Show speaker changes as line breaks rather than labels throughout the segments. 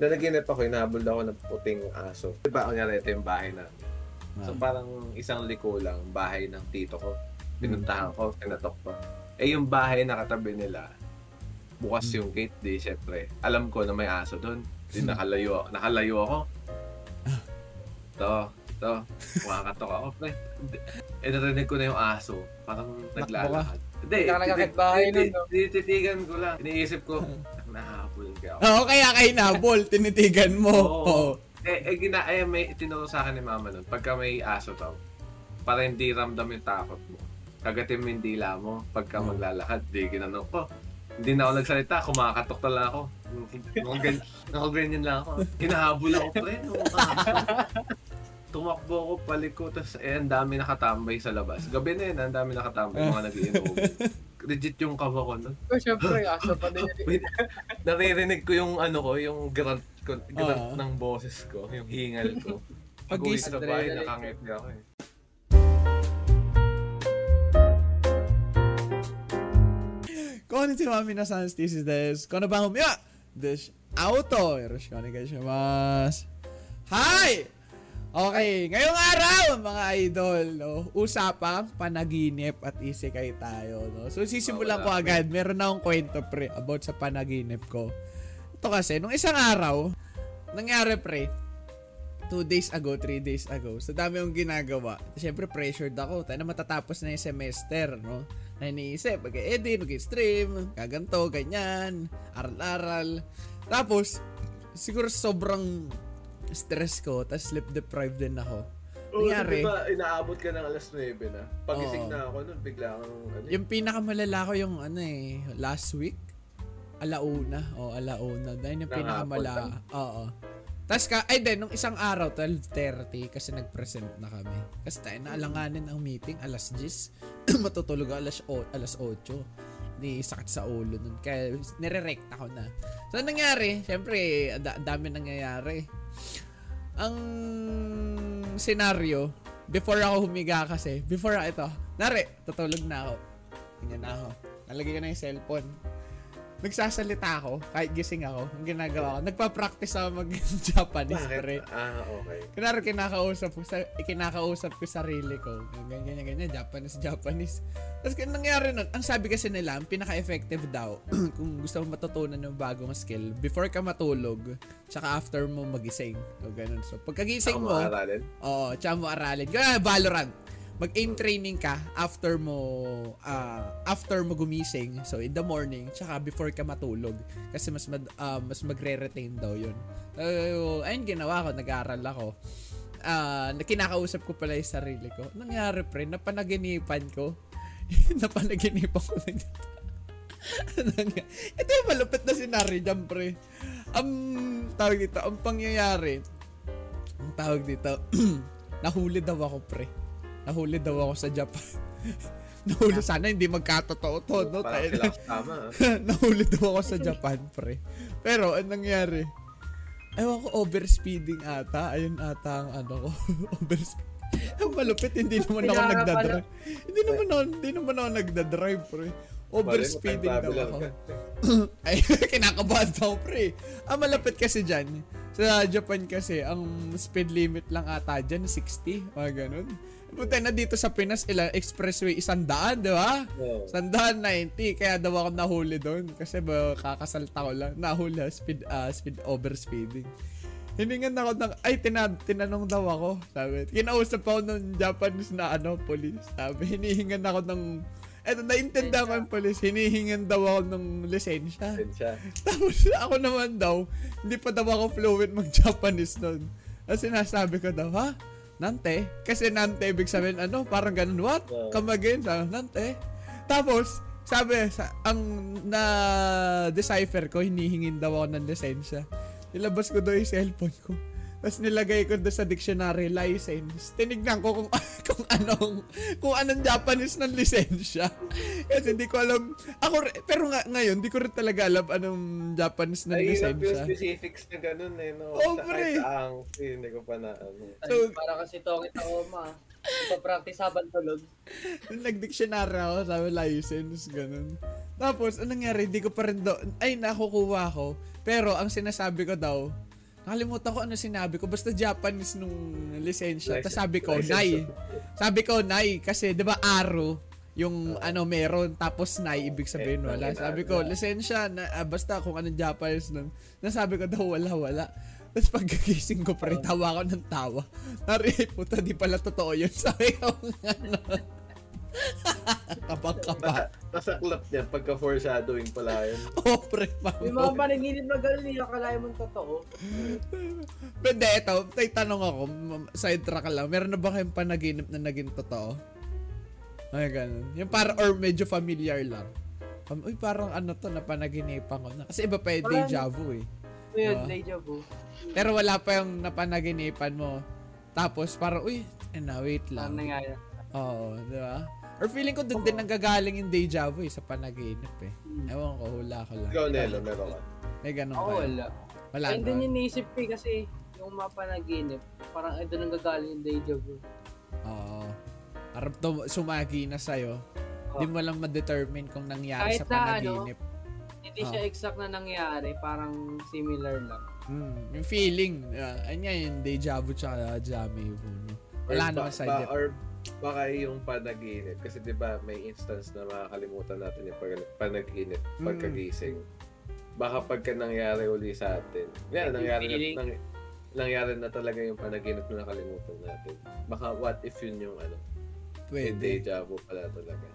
na naginip ako, inahabol daw ako ng puting aso. Diba, kunyari, ito yung bahay namin.
Ah.
So parang isang liko lang, bahay ng tito ko.
Hmm.
Pinuntahan ko, tinatok ko. Eh yung bahay na katabi nila, bukas
Hmm.
yung gate di, syempre. Alam ko na may aso doon. Di nakalayo, nakalayo ako.
Ah.
To, to, makakatok ako, pre. Di- Eh narinig ko na yung aso. Parang naglalakad. Hindi,
Hindi ka na
titi-
nakakatbahay nun,
titi- Tinititigan ko lang. Iniisip ko, nakahapon ka ako.
Oo, kaya kay nabol, tinitigan mo. Oo.
Oo. Eh, eh, gina, eh, may tinuro sa akin ni mama nun, pagka may aso daw, para hindi ramdam yung takot mo. Kagatin mo yung dila mo, pagka maglalakad, di ginano ko. Hindi na ako nagsalita, kumakatok na lang ako. Nakaganyan, nakaganyan lang ako. Kinahabol ako, pre. nung aso. Tumakbo ako paliko, tapos eh, ang dami nakatambay sa labas. Gabi na yun, ang dami nakatambay, mga nag-iinom. Legit yung kaba ko nun.
Pero syempre, aso pa din yun.
Wait, naririnig ko yung ano ko, yung grunt ko, grunt
Oo.
ng boses ko, yung hingal ko.
Pag
Pag-uwi
is-
sa bahay,
Adrenaline.
nakangit na ako eh.
Konnichiwa minasan, this is ano this. Konnibango miwa Ah! This auto. Yoroshiku onegai shimasu. Hi! Okay, ngayong araw mga idol, no, usapang panaginip at isekay tayo. No? So
Wala,
sisimulan ko agad, meron na akong kwento pre about sa panaginip ko. Ito kasi, nung isang araw, nangyari pre, two days ago, three days ago. So, dami yung ginagawa. Siyempre, pressured ako. Tayo na matatapos na yung semester, no? Na iniisip, mag-edit, mag-stream, kaganto, ganyan, aral-aral. Tapos, siguro sobrang stress ko, tapos sleep deprived din ako.
Oo, so
Nangyari,
diba, inaabot ka ng alas 9 na. Pagising
Oo.
na ako nun, bigla kang ano,
yung pinakamalala ko yung ano eh, last week, alauna. O, alauna. Dahil yung
Ng
pinakamalala. Oo. Tapos ka, ay then, nung isang araw, 12.30, kasi nag-present na kami. Kasi tayo naalanganin ang meeting, alas 10. Matutulog ako alas, o, alas 8. Di sakit sa ulo nun. Kaya nire-rect ako na. So, anong nangyari? Siyempre, ang da- ang dami nangyayari. Ang senaryo, before ako humiga kasi, before ito, nare, tutulog na ako. Ganyan na ako. Nalagay ko na yung cellphone. Nagsasalita ako, kahit gising ako, ang ginagawa ko. Nagpa-practice ako mag-Japanese,
bakit?
pre.
Ah, okay.
Kunwari, kinakausap ko, sa, kinakausap ko sarili ko. Ganyan, ganyan, ganyan. Japanese, Japanese. Tapos kaya nangyari nun, ang sabi kasi nila, ang pinaka-effective daw, kung gusto mo matutunan ng bagong skill, before ka matulog, tsaka after mo magising. O ganun. So,
Ako
pagkagising mo,
maaralin.
Oo, tsaka mo aralin. Kaya Valorant, mag-aim training ka after mo ah, after mo gumising. So in the morning, tsaka before ka matulog kasi mas mad, ah, mas magre-retain daw 'yun. So, ayun ginawa ko, nag-aral ako. Ah, na- kinakausap ko pala 'yung sarili ko. Nangyari pre, napanaginipan ko. napanaginipan ko na ganito. Ano nga? Ito yung malupit na senaryo dyan, pre. Ang tawag dito, ang pangyayari, ang tawag dito, nahuli daw ako, pre. Nahuli daw ako sa Japan. nahuli, sana hindi magkatotoo to,
Parang
no? Ano, Tayo na.
sila kasama. ah.
Nahuli daw ako sa Japan, pre. Pero, anong nangyari? Ewan ko, overspeeding ata. Ayun ata ang ano ko. overspeed. Ang malupit, hindi naman ako
Pinara
nagdadrive. Hindi naman ako, hindi naman ako nagdadrive, pre. Overspeeding
Bale,
daw
magkatabi
ako.
lang ka.
Ay, kinakabahan daw, pre. Ang malapit kasi dyan. Sa Japan kasi, ang speed limit lang ata dyan, 60. Mga ganun. Punta na dito sa Pinas, ilang expressway, isang daan, di ba?
Oo.
Sandahan 90, kaya daw ako nahuli doon. Kasi ba, kakasalta ko lang. Nahuli, ah, speed, ah, speed over speeding. Hiningan ako ng, ay, tina- tinanong daw ako. Sabi, kinausap ako ng Japanese na, ano, police. Sabi, hinihingan ako ng, eto, naintindihan ko yung police. Hinihingan daw ako ng lisensya.
Yun siya.
Tapos ako naman daw, hindi pa daw ako fluent mag-Japanese nun. Ang sinasabi ko daw, ha? Nante? Kasi nante ibig sabihin, ano? Parang ganun, what?
Oo.
Come again? Sabi, nante? eh. Tapos, sabi, sa, ang na-decipher ko, hinihingin daw ako ng lisensya. Nilabas ko daw yung cellphone ko. Tapos nilagay ko doon sa dictionary license. Tinignan ko kung kung anong kung anong Japanese ng lisensya. Kasi hindi ko alam. Ako ri- pero nga, ngayon hindi ko rin talaga alam anong Japanese ng
Ay, hirap yung
lisensya.
specifics na ganun eh. No?
Oh,
Sa-
pre.
Kahit ang, hindi ko pa na ano.
So-
So, para kasi tongit ako, ma. Ipapractice habang tulog.
Nag-dictionary ako, sabi license, ganun. Tapos, anong nangyari? Hindi ko pa rin daw, ay, nakukuha ko. Pero, ang sinasabi ko daw, Nakalimutan ko ano sinabi ko. Basta Japanese nung lisensya. Tapos
License-
sabi ko,
license.
Nay. Sabi ko, Nay. Kasi, di ba, aro yung ano meron tapos nay ibig sabihin
eh,
wala
tangina,
sabi ko
wala.
lisensya na ah, basta kung anong Japanese nun nasabi ko daw wala wala tapos pagkagising ko pre
Ah.
tawa ko ng tawa nari puta di pala totoo yun sabi ko ano kabang kaba
Basta, masaklap niya pagka foreshadowing pala yun.
oh pre
Yung
mamon.
mga panaginip na gano'n, hindi akalain mong totoo.
Hindi, ito, tay tanong ako, m- sidetrack lang. Meron na ba kayong panaginip na naging totoo? Ay, ganun. Yung para, or medyo familiar lang. Um, uy, parang ano to, napanaginipan ko na. Kasi iba pa yung
Parang-
deja vu eh.
Yun,
Ah.
deja vu.
Pero wala pa yung napanaginipan mo. Tapos parang, uy, eh na, wait
Parang
Ano
lang.
nangyari.
Oo, di ba? Or feeling ko doon din nanggagaling yung deja vu eh, sa panaginip eh. Ewan ko, hula ko lang.
Ikaw, Nelo, meron ka.
May ganun
Ako
ba? yun?
wala.
Wala
And then
no?
yung naisip ko eh, kasi yung mga panaginip, parang ay doon ang gagaling yung deja vu.
Oo. Harap to sumagi na sa'yo. Hindi mo lang ma-determine kung nangyari
Kahit
sa
na ano.
panaginip.
Hindi
Ah.
siya exact na nangyari, parang similar lang.
Mm, yung feeling. Uh, ano yan, yung deja vu tsaka jami vu. No?
Or ba-
Wala naman side
ba-
effect.
Or baka yung panaginip. Kasi di ba may instance na makakalimutan natin yung pag- panaginip,
Mm.
pagkagising. Baka pagka nangyari uli sa atin. Yan,
Yung
nangyari na,
feeling.
nang- nangyari na talaga yung panaginip na nakalimutan natin. Baka what if yun yung ano, yung
Pwede.
deja vu pala talaga.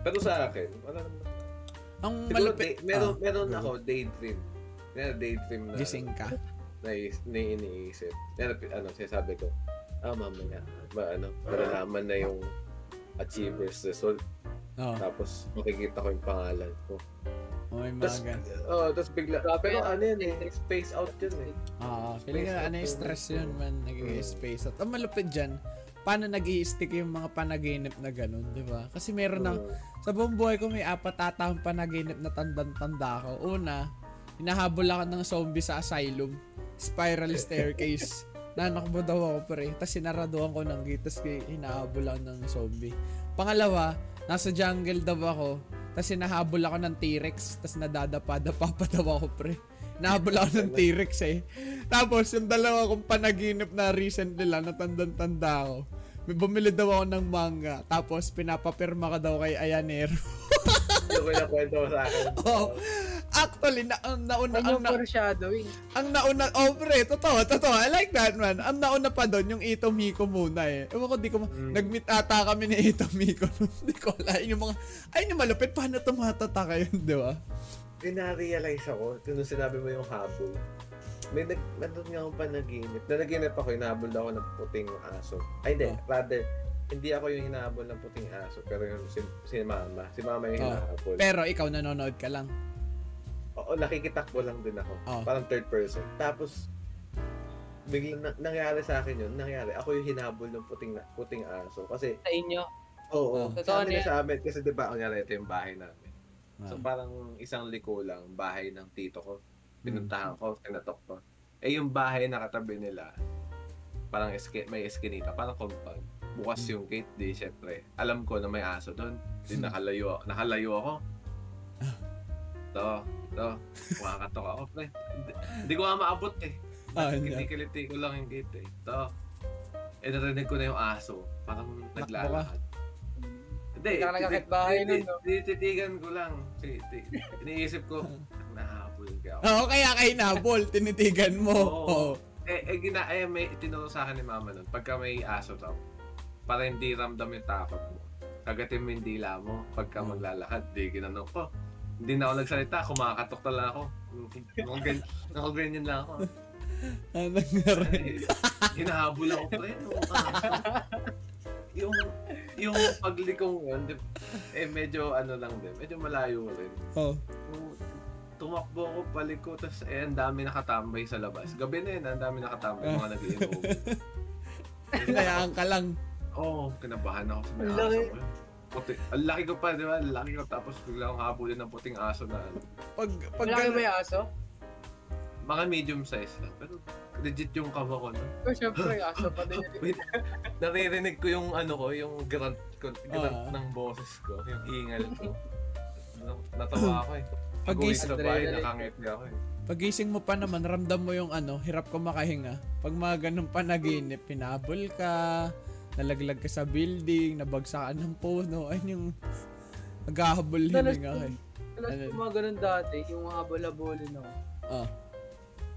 Pero sa akin, wala naman.
Ang
Siguro,
malupit.
day- meron,
ah,
meron
go.
ako daydream. Yan, daydream na.
Ah, Gising ka.
na, is- na iniisip. Yan, pi- ano, sinasabi ko, ah, mamaya, ba, ano, malalaman na yung achievers result.
Oo.
Tapos, makikita ko yung pangalan ko.
Oh, may mga
Tapos,
gan-
oh, tapos bigla,
Grabe,
pero
ah.
ano yun eh, space out yun eh.
Oo. Feeling
space
ka,
out
ano yung
yun.
stress yun man, nagiging
Mm.
space out. Ang malupit dyan, paano nag i stick yung mga panaginip na ganun, di ba? Kasi meron na,
Oo.
Sa buong buhay ko may apat ata ang panaginip na tandang-tanda ko. Una, hinahabol ako ng zombie sa asylum. Spiral staircase. Nanakbo daw ako pre. Tapos sinaraduhan ko ng gate. Tapos hinahabol ako ng zombie. Pangalawa, nasa jungle daw ako. Tapos hinahabol ako ng T-Rex. Tapos nadadapa-dapa pa daw ako pre. Nahabol ako ng T-Rex eh. Tapos yung dalawa kong panaginip na recently lang, natandan-tanda ako. May bumili daw ako ng manga. Tapos pinapapirma ka daw kay Ayanero.
Yung kinakwento mo sa akin.
Oh, actually, na, um, ang nauna,
Ano
ang,
yung
na,
foreshadowing?
ang nauna, oh pre, totoo, totoo, I like that man. Ang nauna pa doon, yung Ito Miko muna eh. Ewan ko, di ko, ma-
Mm.
nag-meet ata kami ni Ito Miko nun. Di ko alam, Yun yung mga, ay, yung malupit, paano tumatata kayo, di ba?
Yung na-realize ako, yun nung sinabi mo yung habol. May nag, nandun nga akong panaginip. Nanaginip ako, hinahabol ako ng puting aso. Ay, hindi,
Oh.
rather, hindi ako yung hinahabol ng puting aso, pero yung si, si mama. Si mama yung
Oh.
hinahabol.
Pero ikaw, nanonood ka lang.
Oo, nakikitakbo lang din ako.
Oh.
Parang third person. Tapos, biglang na- nangyari sa akin yun, nangyari. Ako yung hinabol ng puting, na- puting aso. Kasi,
Sa inyo,
oo,
Oh.
Totoo
sa amin
na
na sa amin. Kasi di ba, ang nangyari, ito yung bahay namin. So,
Ah.
parang isang liko lang, bahay ng tito ko. Pinuntahan ko, tinatok ko. Eh, yung bahay na katabi nila, parang eske, may eskinita, parang compound. Bukas yung gate, di syempre. Alam ko na may aso doon. Di nakalayo, nakalayo ako. To, to. Kumakatok ako, pre. Hindi- Hindi ko nga maabot eh.
Ah, hindi.
Kinikiliti ko lang yung gate eh. To. Eh, narinig ko na yung aso. Parang naglalakad. Hindi.
Hindi ka nakakit
titi-
bahay nun,
titi-
no?
Tititigan ko lang. Ti- ti- Iniisip ko, nahabol ka ako.
Oo, Oh, kaya kay Nabol, tinitigan mo. Oh.
Oo.
Oo.
Eh, eh, gina, eh may tinuro sa akin ni mama nun, pagka may aso daw, para hindi ramdam yung takot mo. Kagatin mo yung dila mo, pagka
Hmm.
maglalakad, di ginanong ko. Hindi na ako nagsalita, kumakatok na lang ako. Nakaganyan, nakaganyan lang ako.
Ah, nangyari.
Eh, Hinahabol ako pa rin. nung aso. yung, yung paglikong yun, di- eh medyo ano lang din, medyo malayo rin.
Oo.
Nung tumakbo ako paliko, tapos eh, ang dami nakatambay sa labas. Gabi na yun, ang dami nakatambay, mga nag-iinom.
Hinayaan ka lang.
Oo, oh, kinabahan ako sa may
Ang laki.
aso ko. Puti, ang laki ko pa, di ba? Ang laki ko, tapos bigla akong habulin ng puting aso na ano.
Pag, pag,
Malaki ba yung aso?
Mga medium size lang, pero legit yung kaba ko. No?
Pero syempre, yung aso pa din yun.
Wait, naririnig ko yung ano ko, yung grunt ko, grunt
Ah.
ng boses ko, yung hingal ko. Natawa ako eh. Pag-uwi
Pag-gis-
sa bahay,
Adrenaline.
nakangiti ako eh.
Pagising mo pa naman, ramdam mo yung ano, hirap ka makahinga. Pag mga ganun panaginip, pinabol ka, nalaglag ka sa building, nabagsakan ng puno, ayun yung naghahabol
Dalas
hininga ka eh.
Alas
Ano?
ko mga ganun dati, yung habol-habolin ako.
Oh,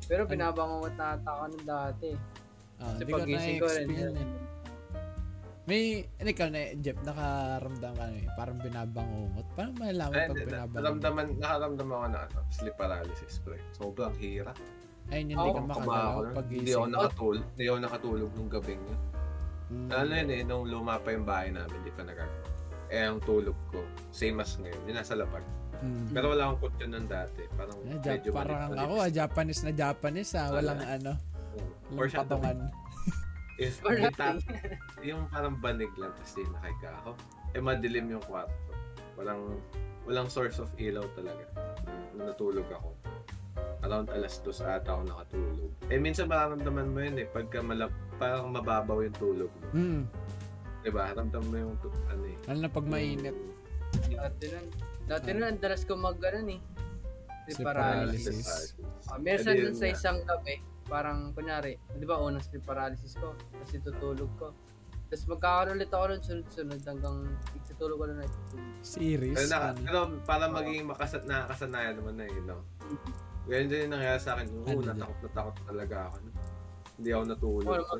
Pero
Ano?
binabangon ko at nataka ng dati.
ah,
Kasi
hindi ko
pagising ko rin.
na-experience.
yun.
May, ano ikaw na, Jeff, nakaramdam ka na eh. Parang binabangungot. Paano malalaman
Ay, na-
pag
na-
binabangungot?
Naramdaman, nakaramdam ako na ano, sleep paralysis, pre. Sobrang hirap.
Ayun, hindi
Ako,
ka makagalaw
Kumakaw.
pag
Hindi ako
gising. Mm.
nakatulog. Hindi ako nakatulog nung gabing yun. Ano yun eh, nung luma pa yung bahay namin, hindi pa nagagawa. Eh, ang tulog ko, same as ngayon, yun nasa lapag.
Hmm.
Pero wala akong kutyo nun dati. Parang
Mm. Na, Jap-
medyo
Eh, parang
malit-malit.
ako, ah, Japanese na Japanese ah.
Wala.
Walang ano,
Oo. Or
walang
siya
patungan.
Is,
Or
yung,
nothing.
tat- yung parang banig lang tapos din nakahiga ako. Eh madilim yung kwarto. Walang walang source of ilaw talaga. Nung natulog ako. Around alas dos ata ako nakatulog. Eh minsan mararamdaman mo yun eh pagka malap parang mababaw yung tulog mo.
Mm.
'Di ba? Ramdam mo yung tu- ano eh.
Lalo na pag mainit.
Dati nun.
Ah.
Dati nun, ang dalas ko mag ganun eh.
Sleep
Sleep paralysis.
paralysis.
Ah,
Pwede
meron
yun
dun sa
nga.
isang gabi, parang kunyari, di ba unang sleep paralysis ko, kasi tutulog ko. Tapos magkakaroon ulit ako nun sunod-sunod hanggang itutulog ko na na itutulog.
Series.
Pero, naka,
ano.
pero para maging makasat nakakasanayan naman na eh, no? Ganyan din yung nangyari sa akin. Oo,
Ano yun?
natakot na takot talaga ako. no? Hindi ako natulog.
Wala.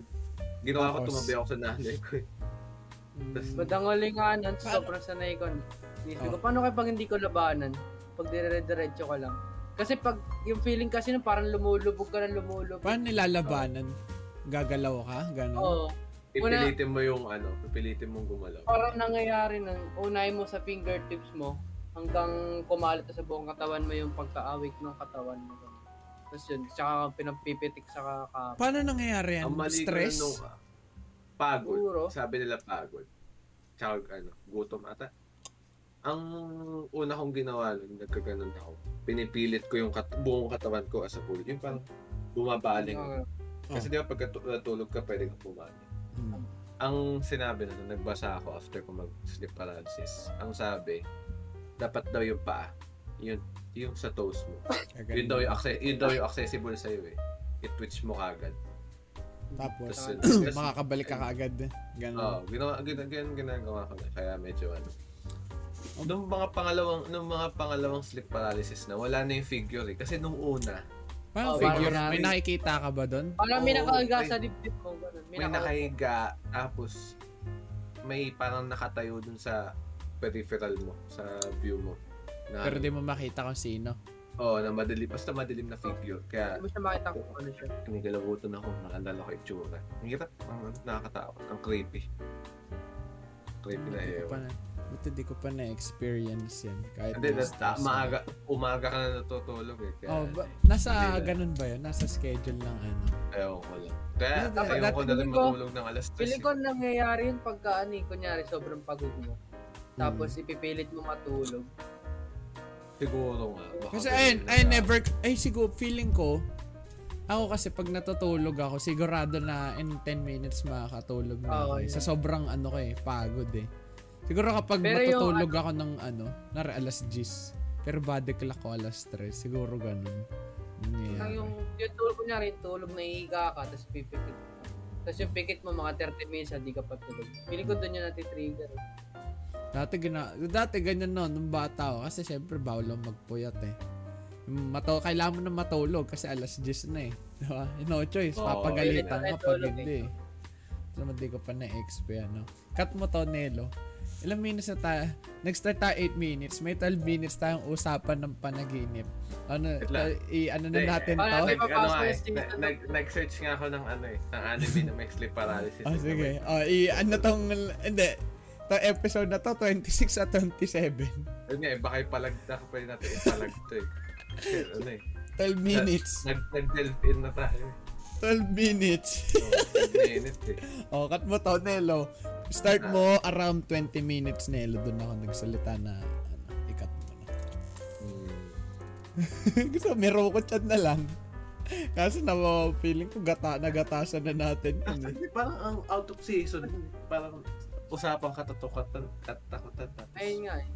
Ginawa ko
Tapos-
tumabi ako sa nanay ko. eh.
Mm.
Ba't ang huli nga nun,
Paano?
sobrang sanay ko. nun. Inisip
Oh.
ko, paano kaya pag hindi ko labanan? Pag dire-diretso ko lang. Kasi pag yung feeling kasi nun, parang lumulubog ka na lumulubog.
Paano nilalabanan? Gagalaw ka? Ganon?
Oo. Wala.
Pipilitin mo yung ano, pipilitin mong gumalaw.
Parang nangyayari nun, unay mo sa fingertips mo hanggang kumalat sa buong katawan mo yung pagkaawik ng katawan mo. Tapos yun, tsaka pinapipitik sa kaka.
Paano nangyayari yan?
Ang mali ko
Stress?
nung ah, pagod.
Siguro.
Sabi nila pagod. Tsaka ano, gutom ata. Ang una kong ginawa nun, nagkaganon ako. Pinipilit ko yung kat- buong katawan ko as a whole. Yung parang bumabaling.
Ano
ako.
Oh.
Kasi di ba pag natulog ka, pwede kang bumaling.
Mm.
ang sinabi na nun, nagbasa ako after ko mag-sleep paralysis, ang sabi, dapat daw yung paa, yun, yung sa toes mo.
Gagalaw.
Yun daw yung, acce- yun daw yung accessible sa'yo eh. I-twitch mo kagad.
Tapos,
Tapos, yun.
makakabalik ka kaagad.
Oo,
Ganon.
ginawa, gina, gina, ginagawa ko na. Kaya medyo ano.
Oh.
Nung mga pangalawang, nung mga pangalawang sleep paralysis na, wala na yung figure eh. Kasi nung una,
Parang
Oh,
figure.
parang-
May nakikita ka ba doon?
Parang may
Oo,
nakahiga
may-
sa dibdib mo. Ganun. May
may
nakahiga.
nakahiga, tapos may parang nakatayo dun sa peripheral mo, sa view mo. Na,
Pero di mo makita kung sino.
Oo, na madilim. Basta madilim na figure. Kaya
Hindi mo siya makita kung ano siya.
kinigalabutan ako. Nakandala ko yung tsura. Ang hirap. Ang nakakatakot. Ang creepy. Creepy na
Buti ko
yun.
pa na. Buti di ko pa na-experience yan. Kahit
Hindi,
na
that's
stress ako.
umaga, umaga ka na natutulog eh. Kaya,
Oh, ba-
Hindi
nasa
na.
ganun ba yun? Nasa schedule ng ano?
ayaw ko lang. Kaya,
Hindi, dapat-
ayaw ko na rin
feeling ko-
matulog ng alas 3.
Feeling ko nangyayari yun pagka ano, eh, kunyari sobrang pagod mo. Tapos ipipilit mo matulog.
Siguro nga. Baka
Kasi
ganun
ayun, eh,
na
I
nga.
never, ay siguro, feeling ko, ako kasi pag natutulog ako, sigurado na in 10 minutes makakatulog na ako.
Oo,
eh.
yun.
Sa sobrang ano ko eh, pagod eh. Siguro kapag
Pero yung
matutulog ako ng ano, nara alas 10. Pero body clock ko alas 3. Siguro ganun.
Ang
Nangyayari.
yung, yung tulog kunyari, yung tulog na ka, tapos pipikit mo. Tapos yung pikit mo mga 30 minutes, hindi ka patulog. Feeling ko doon yung natitrigger. eh.
Dati, gina, dati ganyan no, nung bata ako. Kasi syempre, bawal akong magpuyat eh. Yung Mato, kailangan mo na matulog kasi alas 10 na eh. Diba? No choice.
Oo,
Papagalitan ka
yun.
pag
Tulog
hindi eh. So, hindi ko pa na-exp ano. Cut mo to, Nelo. Ilang minutes na tayo? Nag-start tayo 8 minutes. May 12 minutes tayong usapan ng panaginip. Ano,
Wait lang.
i- ano na
Hindi.
natin
Wala
Nag, ano nga
to?
tayo.
eh,
Papasok yung
nag- nag- nag-search nga ako ng ano eh, ng anime na may sleep paralysis.
Oh,
eh,
sige. Oh, i- ano tong, hindi. To episode na to, 26 at 27.
Yun nga eh, baka ipalagta ka pwede natin ipalag to eh. Kasi ano eh,
12 minutes.
nag, nag-delve in na tayo eh.
12 minutes.
So, nag-minute eh.
O, cut mo to, Nelo. Start mo around 20 minutes, Nelo. Doon ako nagsalita na, ano, ikat mo na.
Hmm.
Gusto, may robot chat na lang. Kaso na, feeling ko gata, nagatasan na natin. yun eh.
Hindi, parang ang out of season, parang usapang katatakutan, katatakutan. Tapos,
Ayun nga eh.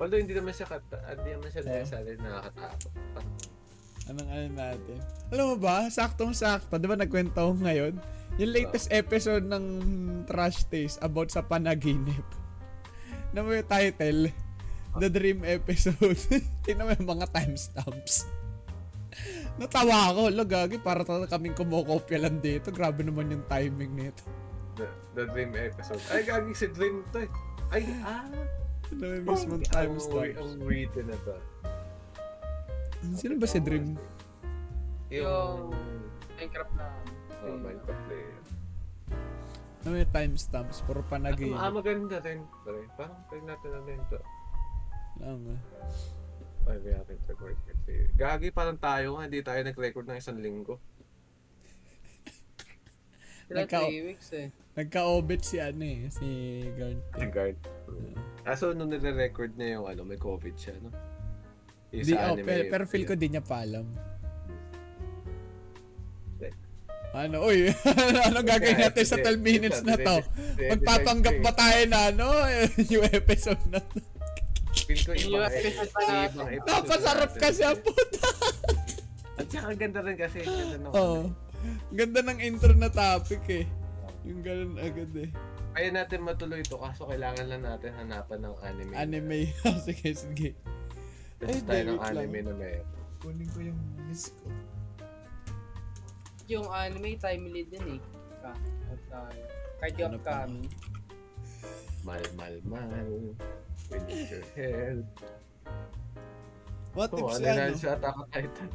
Although hindi naman siya kata, hindi naman siya
Oo.
necessarily nakakatakot.
Anong ano natin? Alam mo ba, saktong-sakto, di ba nagkwento ko ngayon? Yung latest episode ng Trash Taste about sa panaginip. Na mo yung title, The Dream Episode. Tingnan mo yung mga timestamps. Natawa ako, lo gagi, para talaga kaming kumokopya lang dito. Grabe naman yung timing nito.
The, the Dream episode. Ay, gagi si Dream to eh. Ay, ah!
Ano yung
ang,
mismong
we-
timestamps?
ang weird na to.
Sino ba si Dream?
Yung...
Minecraft na.
Oh, Minecraft player.
Ano yung timestamps? Puro
Ah,
panaginip.
maganda rin. Pare, Parang try natin na rin to.
Lang, ah.
Ay, we haven't recorded player. Gagi, parang tayo nga, hindi tayo nag-record ng isang linggo.
Sila
Nagka-
3 weeks eh.
Nagka-obit si ano eh, si Garnet.
Guard. Ah, so nung nire-record niya yung ano, may COVID siya, no? Yung
Di,
sa
oh,
anime
pero,
yun.
pero feel ko di niya pa alam.
Eh.
Ano, uy, ano gagawin
Kaya,
natin sa
sige,
12 minutes
sige,
na
sige,
to?
sige,
Magpapanggap
sige.
ba tayo na, ano, yung episode na to?
Feel ko ibang
Yung episode pa natin.
ibang episode
Napasarap
natin.
kasi ang puta.
At saka ang ganda rin kasi. Ganda nung,
Oo. Ganda ng intro na topic eh. Yung ganun agad eh.
Kaya natin matuloy ito kaso kailangan lang natin hanapan ng anime.
Anime. Oh, sige, sige.
Tapos
Ay,
tayo ng
David
anime
lang.
na meron.
Kunin ko yung miss ko.
Yung anime, timely din eh. Ka. At uh, kahit yung
Ano pa?
upcoming.
Mal, mal, mal. We need your help.
What
Oo,
if
ano
si
na
ano?
sa Attack on Titan.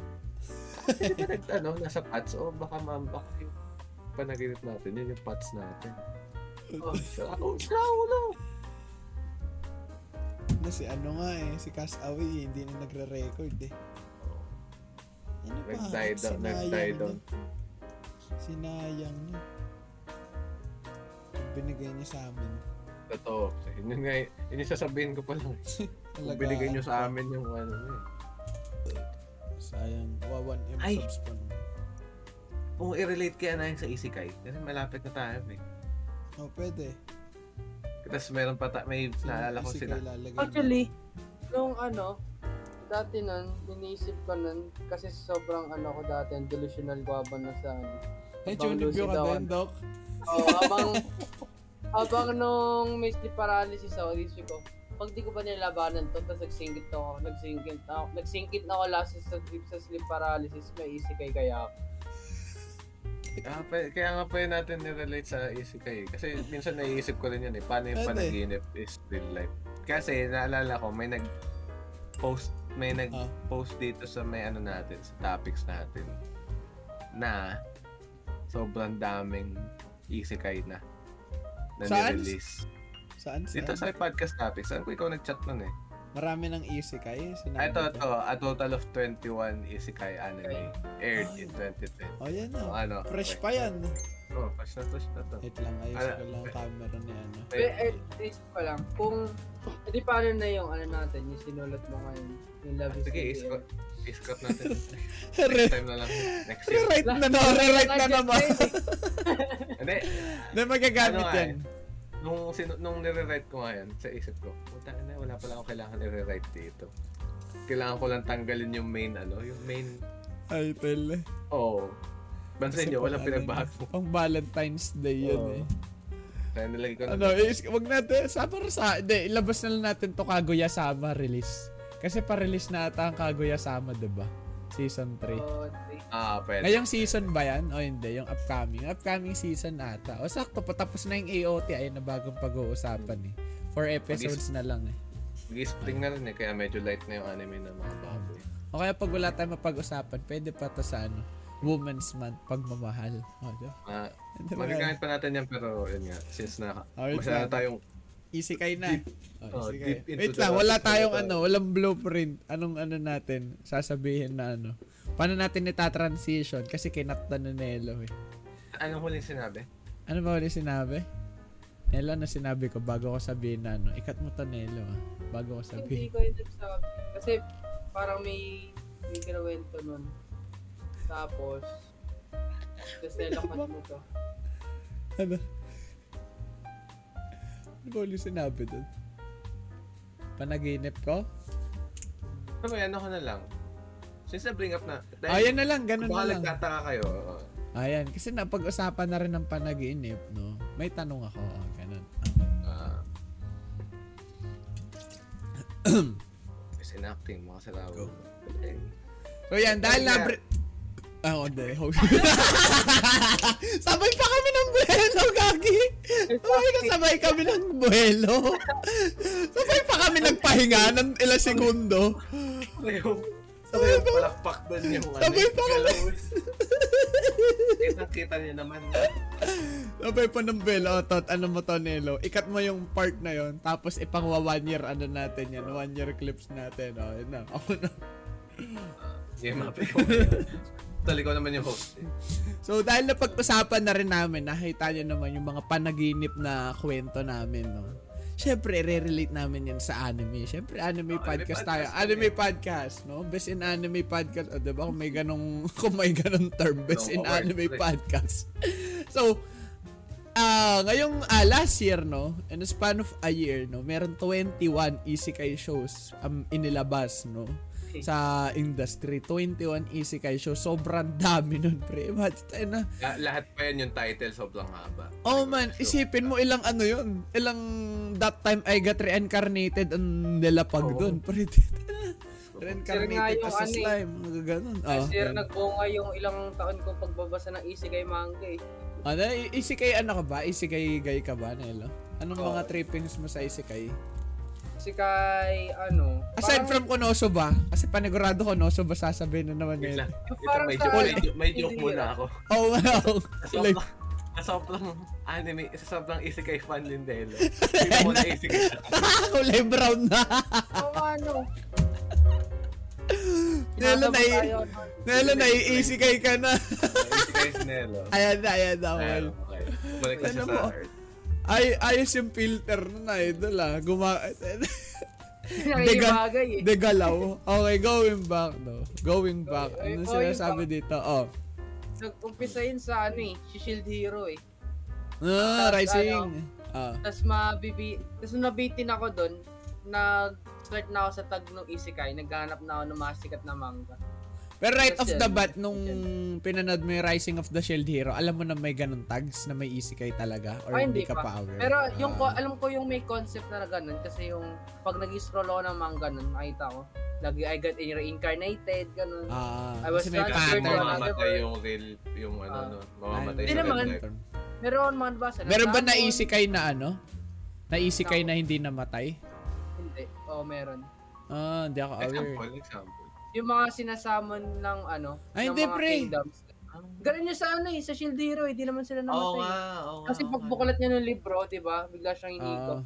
Hindi ba nag-ano, Ano, nasa pats? O baka maambak yung panaginip natin. Yun yung pats natin.
Oh,
Sa ulo, sa ulo.
Na si ano nga eh, si Cash Away eh, hindi na nagre-record eh. Ano ba?
Nag-tie down,
Sinayang
nag-tie
na.
down.
Sinayang na. Ang Binigay niya sa amin.
Totoo. Yun yung nga, yun yung sasabihin ko pa lang. Kung
Talaga,
binigay nyo sa
ano,
amin yung ano eh.
Sayang. Wa 1M
Ay!
subs pa naman.
Kung i-relate kaya na yun sa Isekai, kasi malapit na tayo eh.
Oh, pwede.
Tapos meron pa, ta- may naalala ko
Kasi
sila.
kayo lalagay
Actually, nung ano, dati nun, iniisip ko nun, kasi sobrang ano ko dati, ang delusional ko habang nasa ano.
Ay, June
habang
Review
lucid
ka
ako.
din, Doc.
Oo, habang, habang nung may sleep paralysis ako, isip ko, pag di ko ba nilalabanan to, tapos nagsingkit ako, nagsingkit na ako, nagsingkit na ako last sa sleep, sa sleep paralysis, may isikay kaya ako.
Ah, pa- kaya nga pa yun natin nirelate sa Isekai. eh. Kasi minsan naiisip ko rin yun eh. Paano yung
Pwede.
panaginip is real life. Kasi naalala ko, may nag post may nag
Ah.
post dito sa may ano natin, sa topics natin na sobrang daming Isekai na na
Saan?
nirelease.
Saan
Dito sa
siya?
podcast topics, saan ko ikaw nag-chat nun eh?
Marami ng isekai.
Ah,
Sinabi
ito,
ko.
ito, a total of 21 Isekai anime aired in 2010.
Oh, yan
Oh,
na.
ano?
Fresh pa yan.
Oh, fresh na to, fresh na to.
Wait lang, ayos
Ala.
ko lang ang camera ni ano.
Pero, eh, isip ko lang, kung, hindi paano na yung ano natin, yung sinulot mo ngayon, yung love is
Sige,
in the
isko.
air.
Iskot natin.
Re-
Next time na lang. Next year.
Rewrite na na, rewrite na naman.
Hindi,
Na magagamit
Ano nga
yan.
nung, sino, nung nire-write ko ngayon, sa isip ko, puta na, wala pala akong kailangan nire-write dito. Kailangan ko lang tanggalin yung main, ano, yung main,
Ay, tol.
oh, Bansin nyo, walang pinagbago.
Pang ano Valentine's Day yan
Oo.
eh.
Kaya nilagay ko na.
Ano, is, wag natin, sabar sa, hindi, ilabas na lang natin to Kaguya Sama release. Kasi pa-release na ata ang Kaguya Sama, diba? Season 3.
Oh, three.
Ah, pwede.
Ngayong season ba yan? O hindi, yung upcoming. Upcoming season ata. O sakto, patapos na yung AOT. Ayun na bagong pag-uusapan eh. Four episodes na lang eh.
Mag-spring na rin eh, kaya medyo light na yung anime na mga bago. eh.
O kaya pag wala tayong mapag-usapan, pwede pa to sa ano, Women's Month, pagmamahal. O, diba?
Ah,
Diba?
magagamit pa natin yan, pero yun nga, since na,
Alright,
masyado
man.
tayong,
Isikay na.
oh,
Oh, isikay.
deep into
Wait
the
lang, wala
rabbit hole
tayong
tayo.
ano, walang blueprint. Anong ano natin, sasabihin na ano. Paano natin itatransition? Kasi kinakta na Nelo eh.
anong huling sinabi?
Ano ba ulit sinabi? Nelo, ano sinabi ko bago ko sabihin na ano? Ikat mo to Nelo ah. Bago ko
Hindi
sabihin.
ko yun nagsabi. Kasi parang may may kinuwento nun. Tapos, tapos nilakas mo to.
Ano? Ano ba ulit sinabi doon? Panaginip ko?
Pero may ano ka na lang. Since na-bring up na.
Ayan na lang, ganun
Kung
na
baka
lang.
nagtataka kayo, oo.
Ayan, kasi napag-usapan na rin ng panaginip, no? May tanong ako, oh, ganun. Okay.
Ah. It's enacting, mga salaw.
Go. So yan, dahil
Yeah.
na... Ah, on the host. sabay pa kami ng buhelo, Gagi! Sabay ka, sabay kami ng buhelo. sabay pa kami nagpahinga ng ilang segundo.
Ayaw. Sabay yung palakpak doon yung ano.
Sabay pa kami.
Eh, nakita niya naman.
Sabay pa ng buhelo, tot, ano mo to, Nelo? Ikat mo yung part na yon tapos ipangwa one year, ano natin yan, one year clips natin. Oh, yun na. Ako na.
Game up. Talikaw naman yung host. eh.
So dahil napag-usapan na rin namin, nakita nyo naman yung mga panaginip na kwento namin, no? Siyempre, re-relate namin yan sa anime. Siyempre, anime
Oh, anime
podcast tayo.
podcast
Anime podcast, no? Best in anime podcast. O, diba? Kung may ganong, kung may ganong term, best
No,
in
award,
anime
correct.
podcast. so, ah ngayong ah, last year, no? In the span of a year, no? Meron 21 isekai shows um, inilabas, no? Sa industry. 21 isekai shows. Sobrang dami nun, pre. Imagine tayo na.
La- Ah, lahat pa yan yung title, sobrang haba.
Oh man, isipin mo ilang ano yun. Ilang that time I got reincarnated ang
Oo.
nilapag doon. Pre,
nga
reincarnated
yung
as a
ano eh.
slime. Mga ganun. Oh,
Last year, nagbunga yung ilang taon kong pagbabasa ng Isigay Manga eh.
ano, i- isikay ano ka ba? Isikay gay ka ba, Nelo? Anong
Oo.
mga trippings mo sa isikay?
Kasi kay, ano...
Aside from
parang-
Konoso ba? Kasi panigurado Konoso ba sasabihin na naman
Wait
yun.
lang. Ito,
parang
may
sa-
joke, may joke, may joke
hindi
muna
nila.
ako.
Oh, wow. Like,
Sobrang, sobrang anime, sa sobrang isikay fan Lindelo. Hindi mo na isikay siya.
kulay brown na.
Oo, ano.
Nelo,
Sinasabay
nai-
tayo, ano.
Nelo, nai-isikay ka na.
Isikay si Nelo.
Ayan na, ayan na.
Ayun,
Ah, well.
okay. Balik na siya
Alam
sa
mo,
art.
Ay, ayos yung filter nun, idol ah. Guma...
Nakikibagay eh.
De galaw. Okay, going back, no? Going back.
Ay,
Ano
going
sinasabi dito? Oh.
Nag-umpisa yun sa ano eh, si Shield Hero eh.
Ah,
Tapos,
rising. Ah.
Tapos mabibi... Tapos nung nabitin ako dun, nag-start na ako sa tag ng Isekai. Naghanap na ako ng mga sikat na manga.
Pero right off
Tapos
the
yan.
bat, nung pinanood mo yung Rising of the Shield Hero, alam mo na may ganun tags na may isikay talaga? Or
Ah,
hindi ka
hindi pa.
pa aware?
Pero yung ko,
Ah.
alam ko yung may concept na ganun kasi yung pag nag-scroll ako ng manga nun, makita ko. Lagi I got reincarnated, ganun.
Ah,
I was
kasi may
Kasi
transferred Pattern.
pattern.
from-
mamamatay yung real, yung ano
Ah.
nun. Mamamatay
Hindi
sa real
naman.
life.
Meron mga diba, nabasa.
Meron ba
Nagamon?
naisikay na ano? Naisikay na hindi namatay?
Hindi. Oo, meron.
Ah, hindi ako aware.
Example, example.
Yung mga sinasamon ng ano,
Ay,
ng
hindi,
mga
pre.
kingdoms. Ganun yung sa ano eh, sa Shield Hero, hindi naman sila namatay.
Oo nga, oo nga.
Kasi
oo
pag
nga.
bukulat niya ng libro, di ba, bigla siyang hinigo.
Ah.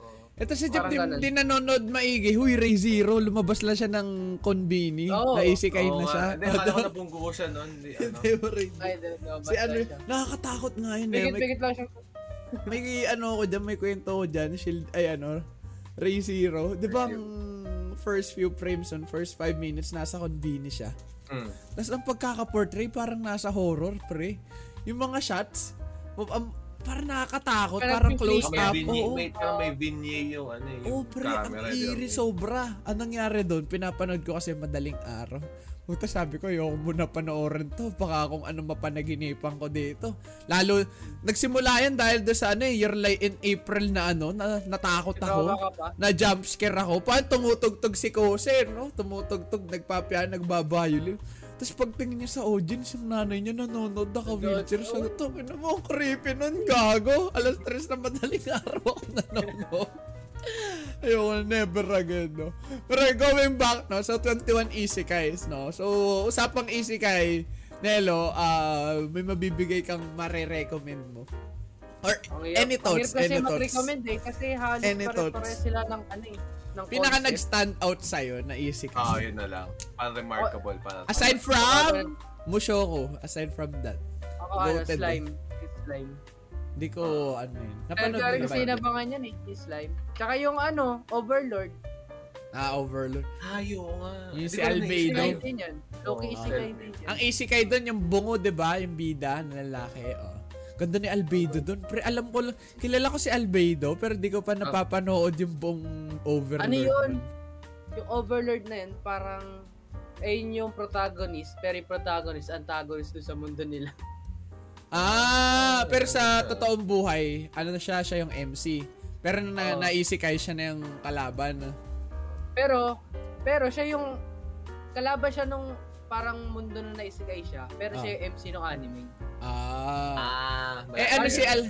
Oo.
Ito si Jeff,
Parang
di,
ganun.
di nanonood maigi. Huy, Ray Zero. Lumabas lang siya ng konbini.
Oo. ano.
Naisikay
Oo
na
nga.
siya. Ano?
Hindi, akala ko nabunggo siya nun. Hindi, ano.
Hindi mo rin.
Ay, di ba?
Si ano,
siya.
nakakatakot nga yun eh. May,
Pigit-pigit lang siya.
may ano ko dyan, may kwento ko dyan. Shield, ay ano, Ray Zero. Di ba
Ray
ang first few frames on first five minutes, nasa konbini siya.
Mm.
Tapos ang pagkaka-portray, parang nasa horror, pre. Yung mga shots, pa- am- parang nakakatakot,
Parang
parang close
May
up.
vignette,
Oo.
may, parang may vignette yung ano eh, yung
Oh, pre, ang
camera, di ba?
eerie sobra. Anong nangyari doon? Pinapanood ko kasi madaling araw. Puta sabi ko, ayoko muna panoorin to. Baka kung ano mapanaginipan ko dito. Lalo, nagsimula yan dahil doon sa ano eh, year like in April na ano, na, natakot ako.
Trauma ka pa.
Na jumpscare ako. Paano tumutugtog si Kose, no? Tumutugtog, nagpapian, nagbabayolin. Tapos pagtingin niya sa audience, yung nanay niya nanonood, naka-wheelchair. Sabi ko, "Tangin na mo, ang creepy nun, gago. Alas 3 na madaling araw ako nanonood. Ayoko na, never again, no? Pero going back, no? So, 21 isekais, no? So, usapang isekai, Nelo, ah, may mabibigay kang marirecommend mo. Or,
Ang hirap-
any thoughts,
Ang hirap kasi
any thoughts.
mag-recommend eh, kasi halos
Any
pare-pare
thoughts?
sila ng ano eh, ng
Pinaka
concept.
nag-stand out sa'yo na
Oo,
isekai.
Ah, yun na lang. Parang remarkable para sa
Ano
Aside from Mushoko, aside from that,
Ako, ano,
Goated eh.
slime. Slime.
hindi ko ano yun.
Kaya
Napanood
kaya
ko
kasi
na ba?
inabangan yan eh, yung slime. Tsaka yung ano, Overlord.
Ah, Overlord.
Hayo nga.
Yung
Hindi
si
ko rin
Albedo.
naisip
Isigay
yun.
din yan. Loki
Oo,
isigay din yan.
Ang isikay doon yung bungo, 'di ba? Yung bida na lalaki, oh. Ganda ni Albedo dun. Pre, alam ko lang, kilala ko si Albedo, pero di ko pa napapanood yung buong Overlord.
Ah. Ano yun?
nun.
Yung Overlord na yun, parang ayun yung protagonist, pero yung protagonist, antagonist doon sa mundo nila.
Ah, pero sa totoong buhay, ano na siya, siya yung MC. Pero na,
Oo.
naisikay siya na yung kalaban.
Pero, pero siya yung, kalaban siya nung parang mundo na naisigay siya, pero siya
Ah.
yung MC ng anime.
Ah.
Ah,
eh, ano si Al...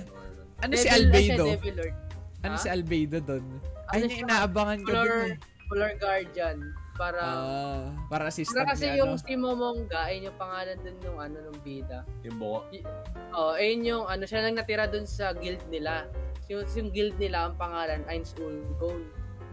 Ano si
Devil na siya,
Albedo?
Devil Lord.
Ano
Ha?
si Albedo doon? Ay,
Ano
na
siya?
inaabangan ko
Color,
dun eh.
color guardian. Para,
Ah, para assistant
para kasi
niya, ano?
yung
no?
si Momonga, ayun yung pangalan dun nung ano, nung bida.
Yung buko.
Oo, oh, ayun yung ano, siya lang natira dun sa guild nila. Yung, yung guild nila, ang pangalan, Ainz Ulgon.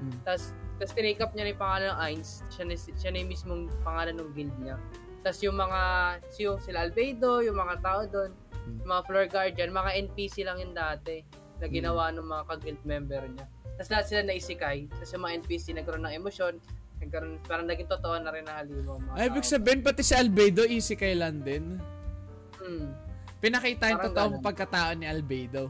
Mm.
Tapos, tapos tinake up niya na yung pangalan ng Ainz. Siya na, siya na yung mismong pangalan ng guild niya. Tapos yung mga, si- yung sila Albedo, yung mga tao doon,
Hmm.
yung mga floor guardian, mga NPC lang yung dati na ginawa ng mga ka-guild member niya. Tapos lahat sila naisikay. Tapos yung mga NPC nagkaroon ng emosyon, nagkaroon, parang naging totoo na rin na halimaw. ang mga
Ay, Ah, ibig
tao.
sabihin, pati si Albedo, isikay lang din. Ano
Hmm.
Pinakita yung
Parang
totoong
ganun.
pagkatao ni Albedo.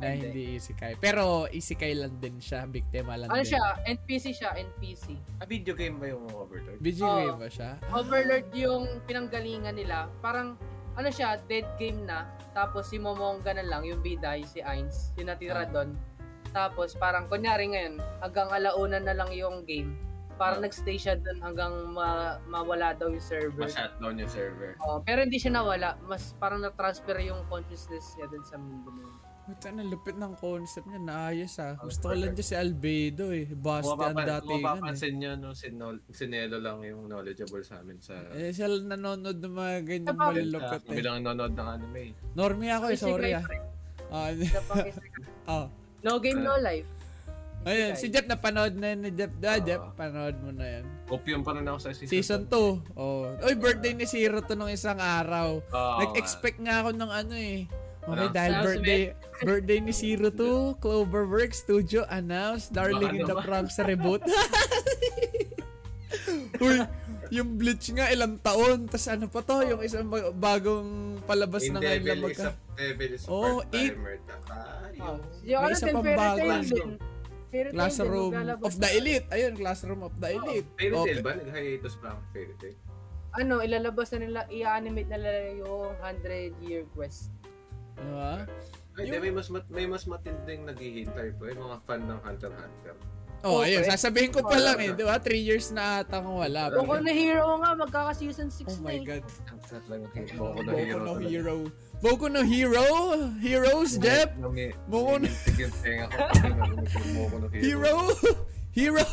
Na
Hindi.
hindi isikay. Pero isikay lang din siya, biktima lang
Ano
din.
siya? NPC siya, NPC.
A Ah, video game ba yung Overlord?
BG
Oo.
ba siya?
Overlord yung pinanggalingan nila. Parang, ano siya, dead game na. Tapos si Momonga na lang, yung biday, si Ainz, yung
Ah.
natira doon. Tapos parang, kunyari ngayon, hanggang alauna na lang yung game.
Ah.
Parang nagstay siya doon hanggang ma- mawala daw yung server.
Ma-shutdown yung server.
Oo, pero hindi siya nawala. Mas parang na-transfer yung consciousness niya doon sa mundo na yun.
Puta, ang lupit ng concept niya. Naayos ah.
Oh,
Gusto ko
perfect.
lang dyan si Albedo eh.
Kung
Bastian
mapapan-
dati
kung
yun eh.
mapapansin nyo, no, si, Nol- si Nelo lang yung knowledgeable sa amin sa...
Eh, siya lang nanonood ng mga ganyan
Sa-
malulupit
sa-
eh.
Bilang nanonood ng anime.
Normie ako eh,
Isikay
sorry ah.
pa rin.
Ah,
Isa pang isikay.
ah.
no game, no life.
Ayun, si
Isikay.
Jeff napanood na yun ni Jeff.
Oo.
Ah, Jeff, panood mo na yan.
Opium pa rin ako sa
Season
season
2. Oh. Oy, birthday ni Zero to nung isang araw.
Oo,
Nag-expect nga ako ng ano eh. Okay,
Oh, Ano?
dahil
Announcement?
birthday birthday ni Zero to Cloverworks Studio announced Darling in the
Baka
Bronx reboot. Uy, yung Bleach nga ilang taon. Tapos ano pa to? Yung isang ba- bagong palabas
In
na ngayon lang
Devil is
magka.
a, Devil is a
Oo, eight.
part-timer. Tataryo.
Oh, yung ano
isa
din,
pang
fairy
bago.
tale din. Fairy tale din,
Classroom
maglalabas
of the
na-
Elite. Ayun, Classroom of the Elite.
Fairy
Oh,
Tail ba? Nag-hiatus pa ang Fairy Tail.
ano, ilalabas na nila, i-animate na nila yung 100 year quest.
Diba?
Ay,
Yung-
di, may mas mat may mas matinding naghihintay po yung mga fan ng Hunter x Hunter.
Oh,
Oh,
ayun.
pre.
Sasabihin ko pa
Wala
lang eh.
na.
Di ba? Three years na ata kung wala.
Wala
Boko na hero nga, magkaka-season
Oh
6 na
my
eh.
God.
Ang sarap lang ng hero.
Boku
Boku no Hero.
no
talaga.
Hero. Boku no Hero? Heroes, Jeff?
Nangi-
Boku no-
nanginginig yung tenga ko pag narinig yung Boku no Hero.
Hero? Hero?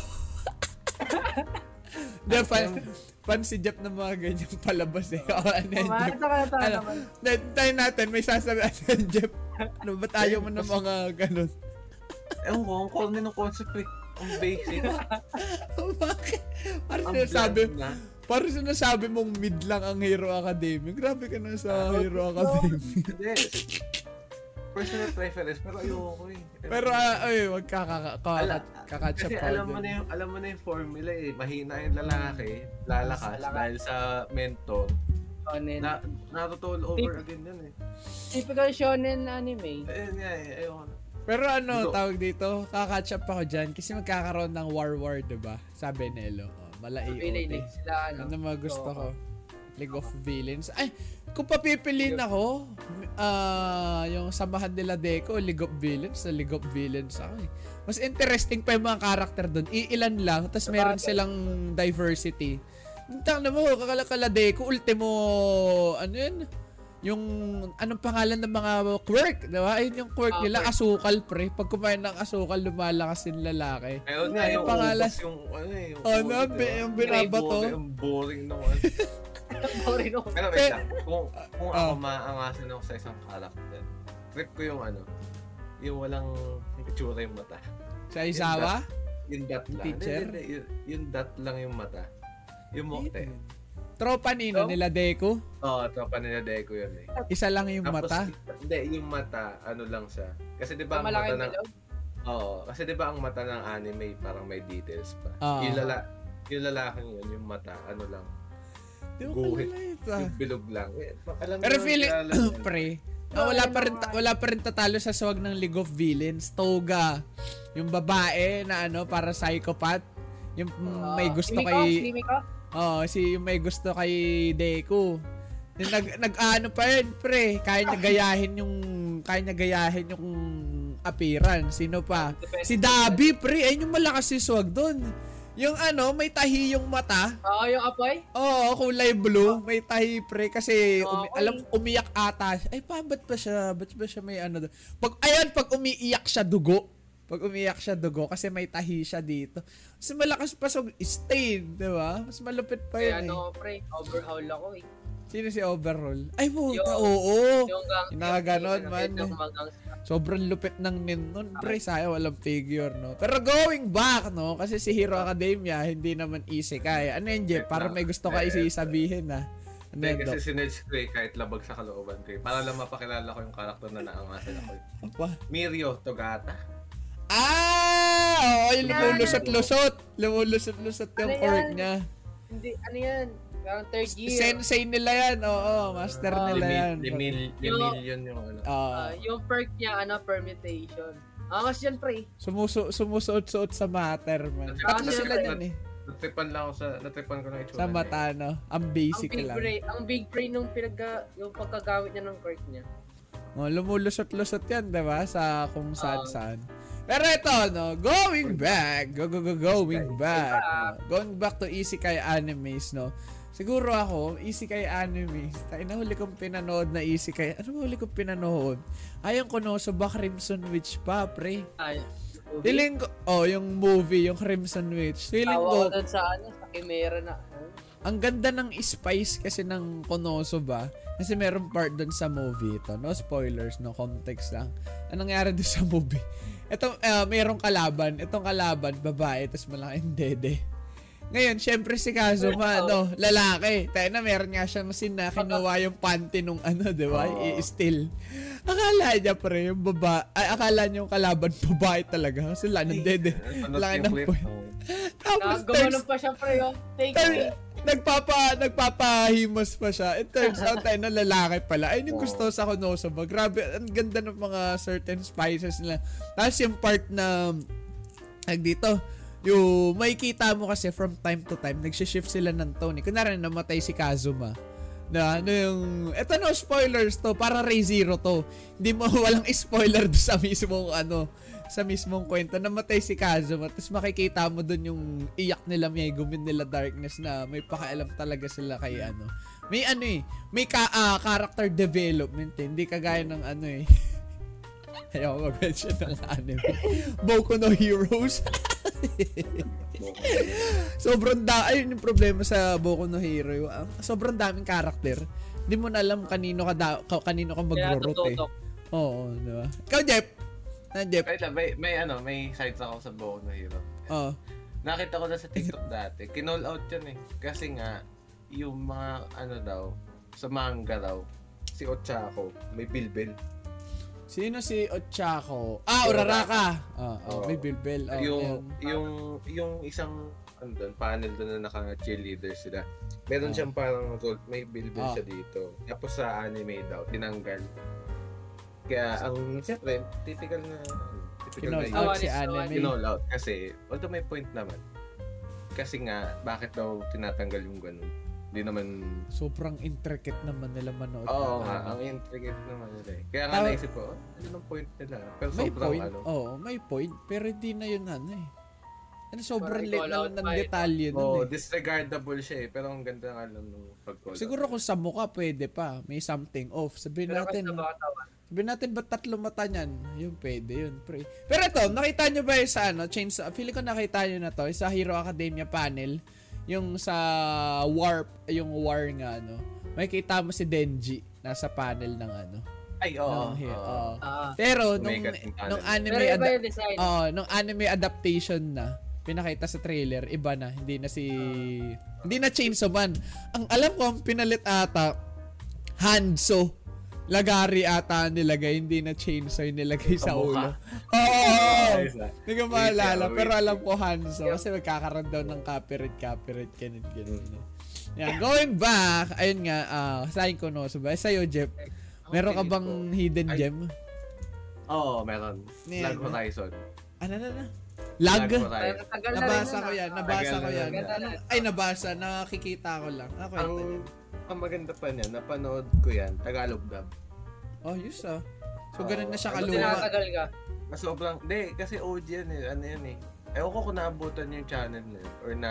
Jeff, fan,
Ano?
fan si Jeff ng mga ganyan palabas eh. Oh, ano yan, Jeff?
Kumakita ka na tayo
Ano?
naman.
Na- Tayo natin, may sasabihan si Jeff. Ano ba tayo mo ng mga ganun?
Ewan ko, ang corny ng concept eh. Ang basic.
Oh, Bakit? Parang
Ang
sinasabi,
bland na.
parang sinasabi mong mid lang ang Hero Academy. Grabe ka na sa Hero Academy.
Hindi. Personal preference, pero ayoko eh.
Pero, ah, ay, wag
Ala-
kakakatsa
Kasi
pa.
alam mo na yung alam mo na yung formula eh. Mahina yung lalaki, lalakas
Lalakas.
dahil sa mentor.
Shonen.
Na natutol over again yun eh.
Typical shonen anime.
Ayun nga eh, ayoko na.
Pero ano,
Dito.
tawag dito, kakatch up ako dyan kasi magkakaroon ng war war, di ba? Sabi ni Elo. Oh, mala
Pilinig
AOT.
sila, ano.
Ano mga gusto
Oo.
ko? League of Villains. Ay, kung papipiliin ako, ah yung samahan nila Deco, League of Villains, sa League of Villains ako eh. Mas interesting pa yung mga karakter doon. Iilan lang, tapos meron silang diversity. Tang na mo, kakala kala Deco, ultimo, ano yun? Yung, anong pangalan ng mga quirk, di ba? Ayun yung quirk
Ah,
nila,
quirk.
asukal pre. Pag kumain ng asukal, lumalakas yung lalaki.
Ayun nga
Ano
yung
pangalan?
ubas yung ano eh. Yung
Ano,
ulo, di
bi-
ba?
yung
Yung
binabato?
boring- Yung boring nung ano.
Sorry, no.
Pero
Pe-
wait lang, kung, kung ako
Ah.
maangasan ako sa isang character, trip ko yung ano, yung walang itsura yung mata.
Sa Izawa?
Yung dot lang. Hindi,
Teacher?
hindi, Yung, yung dot lang yung mata. Yung mukte.
Ayun. Tropa nino
So?
nila Deco?
Oo, oh, tropa nila Deco yun eh.
Isa lang yung
Tapos,
mata.
Hindi, yung mata, ano lang siya. Kasi di ba ang mata
Malaking
ng...
bilog.
Oo, kasi di ba ang mata ng anime parang may details pa.
Ah.
Yung, lala, yung lalaking yun, yung mata, ano lang,
Di ko
Guhit.
kilala ito. ah.
yung bilog lang. Eh, alam
Pero
mo,
feeling,
kilala mo yun.
pre, Ah, wala pa rin ta- wala pa rin tatalo sa swag ng League of Villains, Toga. Yung babae na ano para psychopath, yung
Ah,
may gusto kay Oh, si yung may gusto kay Deku. Yung nag nag-ano pa yun, pre. Kaya niya gayahin yung kaya niya gayahin yung appearance. Sino pa? Si Dabi, pre. Ayun yung malakas si swag doon. Yung ano, may tahi yung mata.
Oo, Ah, yung apoy?
Oo, kulay blue. May tahi, pre. Kasi,
Oo,
umi- alam, umiyak ata. siya. Ay, pa, ba't ba siya? Ba't ba siya may ano? doon? Pag, ayun, pag umiiyak siya, dugo. Pag umiiyak siya, dugo. Kasi may tahi siya dito. Mas malakas pa sa stain, di ba? Mas malupit pa
Kaya
yun eh.
ano, pre, overhaul ako eh.
Sino si Overall? Ay, puta,
Yung-
oo.
Yung gang-
Yung Oh, nakaganon,
yung-
man.
yung mga gang-
Sobrang lupit ng nin nun, pre. Sayang walang figure, no? Pero going back, no? Kasi si Hero Academia, hindi naman easy kaya. Ano yun, Jeff? Para may gusto ka isabihin, ha? Ano
Hindi,
yun, Doc?
kasi sinerge ko eh, kahit labag sa kalooban ko eh. Para lang mapakilala ko yung karakter na naangasan ako eh.
Apa?
Mirio Togata.
Ah! Oo, yung
Yeah.
lumulusot-lusot. Lumulusot-lusot yung
Ano
quirk
yan?
niya.
Hindi, ano yan? Parang third year.
Sensei nila yan. Oo, master
Ah,
nila yan.
Limil, limillion yung ano.
Oo.
Ah, yung perk niya, ano, permutation. Angas yan, pre.
Sumusu- sumusuot-suot sa matter, man.
At-
Tatlo
at-
sila
at-
dyan eh.
Natripan lang ako sa, natripan ko ng itsura eh.
Sa mata, no? Ang
Ang
basic
big
lang.
brain, ang big brain nung pinagka, yung pagkagamit niya ng quirk niya.
Oh, lumulusot-lusot yan, di ba? Sa kung saan-saan. Pero ito, no? Going back! Go, go, go, going back! no? Going back to Isekai animes, no? Siguro ako, Isekai animes. Tayo na huli kong pinanood na Isekai. Ano ba huli kong pinanood? Ayun ko, no? Sa ba Crimson Witch pa, pre?
Ay,
Feeling ko, oh, yung movie, yung Crimson Witch. Feeling
Tawa
ko,
ko dun sa ano, sa Chimera na. ano.
ang ganda ng spice kasi ng Konoso ba? Kasi meron part doon sa movie ito. No spoilers, no context lang. Anong nangyari doon sa movie? Ito, eh, merong kalaban. Itong kalaban, babae, tapos malaking dede. Ngayon, syempre si Kazuma, no, lalaki. Tayo na, meron nga siyang scene na kinuha yung panty nung ano, di ba? I-steal. Akala niya, pre, yung baba, ay, akala niya yung kalaban babae talaga. Kasi wala ng dede. Wala
Panood
ng
yung clip.
puwet.
oh.
Tapos,
Gumano Ah, pa siya, pre, oh. Take
Tay,
it.
nagpapa, nagpapahimos pa siya. It turns out tayo na lalaki pala. Ayun yung gusto sa Konosuba. Grabe, ang ganda ng mga certain spices nila. Tapos yung part na, ay dito, yung makikita mo kasi from time to time, nagsishift sila ng tone. eh. Kunwari, namatay si Kazuma. Na ano yung, eto no spoilers to, para Ray Zero to. Hindi mo, walang spoiler doon sa mismong ano, sa mismong kwento. Namatay si Kazuma, tapos makikita mo doon yung iyak nila, may gumin nila darkness na may pakialam talaga sila kay ano. May ano eh, may ka, ah, character development eh. Hindi kagaya ng ano eh. Ayaw mag-mention ng anime. Boku no Heroes. sobrang da ayun yung problema sa Boku no Hero. Ang- Sobrang daming character. Hindi mo na alam kanino ka da, ka- kanino ka
Kaya
magro-root eh.
tututok.
Oo, di ba? Ikaw, Jeff. Na, Jeff.
Wait lang, may, may ano, may sides ako sa Boku no Hero.
Oo.
Nakita ko na sa TikTok dati. Kinall out yun eh. Kasi nga, yung mga ano daw, sa manga daw, si Ochako, may bilbil.
Sino si Ochako? Ah, Uraraka. Oo, oh,
Oo.
may bilbil. Oh,
yung,
yung...
yung, yung isang ano doon, panel doon na naka-cheerleader sila. Meron
Oo.
siyang parang gold, may bilbil
Oo.
siya dito. Tapos sa anime daw, tinanggal. Kaya ang, siyempre, typical na, typical
Kinall
na
out
yun.
si
Awanis,
anime.
kinall out. Kasi, although may point naman. Kasi nga, bakit daw tinatanggal yung ganun? Hindi naman
Sobrang intricate naman nila manood.
Oo
ng
nga,
anime.
ang intricate naman nila eh. Kaya nga
Tama.
naisip ko, oh, ano ang point nila? Pero
May
sobrang
point.
ano.
Oo, may point. Pero hindi na yun ano eh. Ano, sobrang
Parang
late
call
naman
out
ng
pa eh.
detalye nun
Oh,
eh.
disregardable siya eh. Pero ang ganda nga lang nung pag-call. out.
Siguro kung sa mukha pwede pa. May something off. Sabihin
Pero kasi
natin,
nakatawa.
sabihin natin ba tatlo mata niyan? Yun pwede yun. Pre. Pero ito, nakita nyo ba yung sa ano? Change, feeling ko nakita nyo na to. yung Sa Hero Academia panel. Yung sa warp, yung war nga ano. Makikita mo si Denji nasa panel ng ano.
Ay, oo.
ng
Oh,
he-
oh.
oo.
Ah.
Pero nung,
Umiikat yung panel.
nung
Pero
anime
iba
ada-
yung design.
Oh, nung anime adaptation na, pinakita sa trailer, iba na, hindi na si
Ah.
hindi na Chainsaw Man. Ang alam ko ang pinalit ata Hanzo. Lagari ata ang nilagay, hindi na Chainsaw yung nilagay sa
Kamukha.
ulo. Oo! Oh,
Ayos na.
Hindi ko maalala,
Wait,
pero
wait.
alam ko Hanzo kasi magkakaroon daw ng copyright, copyright, ganun,
Mm.
ganun. Yan, going back, ayun nga, ah, sa akin ko no, sabay, sa'yo, Jeff, Meron ka
Feeling
bang
ko-
hidden
Ay.
gem?
Oo, meron.
Meron.
Lag Horizon.
Ano na na? Lag?
Ay,
Horizon.
tagal na rin
Nabasa
yun,
ko
ah.
yan, nabasa
Tagal
ko
na
yan.
rin.
Ano, ay, nabasa, nakikita ko lang. Ah, kwento niya.
Ang, ang maganda pa niya, napanood ko yan, Tagalog dub.
Oh, yus ah. So, ganun na siya
Ano
kaluma.
Tinatagal ka.
Mas sobrang, hindi, kasi OG yan eh, ano yan eh. Ewan ko kung naabutan yung channel na yun, or na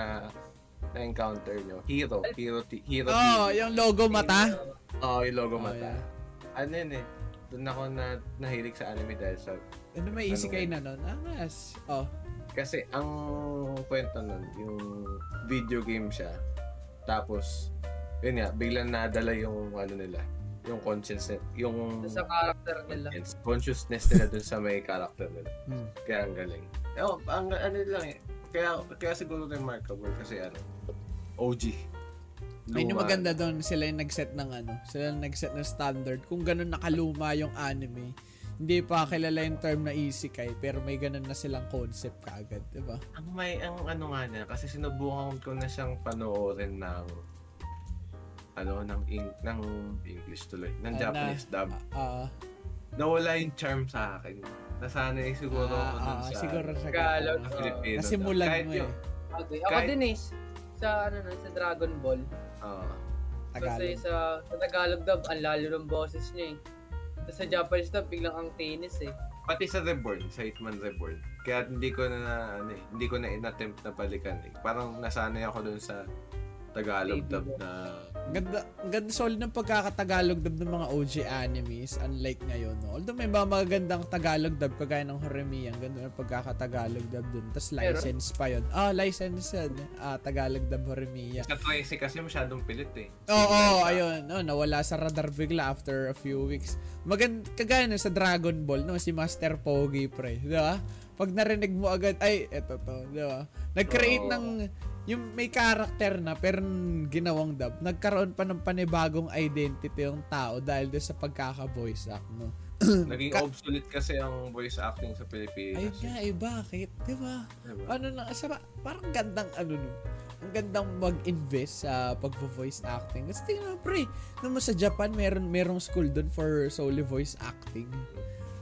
na-encounter nyo. Hero, Hero, T- Hero
Oh,
TV.
yung logo mata.
Oo, yung logo
Oh,
mata.
yeah.
Ano yun eh, doon ako na nahilig sa anime dahil sa
Ano may easy
Ano
kay
yun?
na nun? Ah, mas. Oh.
Kasi ang kwento nun, yung video game siya. Tapos, yun nga, biglang nadala yung ano nila, yung conscience, yung
Sa character nila.
conscience, consciousness nila dun sa may character nila.
Hmm.
Kaya ang galing. Eh, oh, ang ano lang eh. Kaya, kaya siguro remarkable kasi ano, OG.
Ayun yung
Luma.
maganda doon, sila yung nag-set ng ano, sila yung nag-set ng standard. Kung ganun nakaluma yung anime, hindi pa kilala yung term na isekai, pero may ganun na silang concept kaagad, di ba?
Ang may, ang ano nga niya, kasi sinubukan ko na siyang panoorin ng ano, ng, Eng- ng English tuloy, ng
Ano?
Japanese dub.
Ah,
nawala yung charm sa akin. Nasanay
ah,
siguro ako
ah,
dun
ah,
sa
siguro sa
Tagalog.
sa
ganun.
Filipino.
Nasimulan
Kahit
mo
yung-
eh,
Okay. Ako
Kahit-
din eh. Sa, ano, nun, sa Dragon Ball.
Oo.
Tagalog.
Kasi sa, sa Tagalog dub, ang lalo ng boses niya eh. Tapos sa Japanese dub, biglang ang tennis eh.
pati sa Reborn, sa Hitman Reborn. Kaya hindi ko na, ano eh, hindi ko na inattempt na balikan eh. Parang nasanay ako dun sa Tagalog
Maybe
dub
ba?
na
Ang Ganda, ang ganda solid ng pagkakatagalog dub ng mga OG animes unlike ngayon. No? Although may mga magagandang Tagalog dub kagaya ng Horemi, ang ganda ng pagkakatagalog dub dun. Tapos
Meron?
license pa yun. Ah, license yun. Ah, Tagalog dub Horemiya.
sa Tracy kasi masyadong pilit eh.
Oo, oh,
Sa-
ayun. No, nawala sa radar bigla after a few weeks. Magand kagaya nun sa Dragon Ball, no, si Master Pogi, pre. Di ba? Pag narinig mo agad, ay, eto to, di ba? Nag-create
Oo.
ng, yung may character na, pero n- ginawang dub, nagkaroon pa ng panibagong identity yung tao dahil doon sa pagkaka-voice act, no?
Naging
Ka-
obsolete kasi ang voice acting sa Pilipinas.
Ayun nga, eh, bakit? Di ba?
Diba?
ano na, sa, parang gandang ano no. Ang gandang mag-invest sa pagvo-voice acting. Kasi tingnan mo, pre, naman sa Japan, meron, merong school doon for solely voice acting.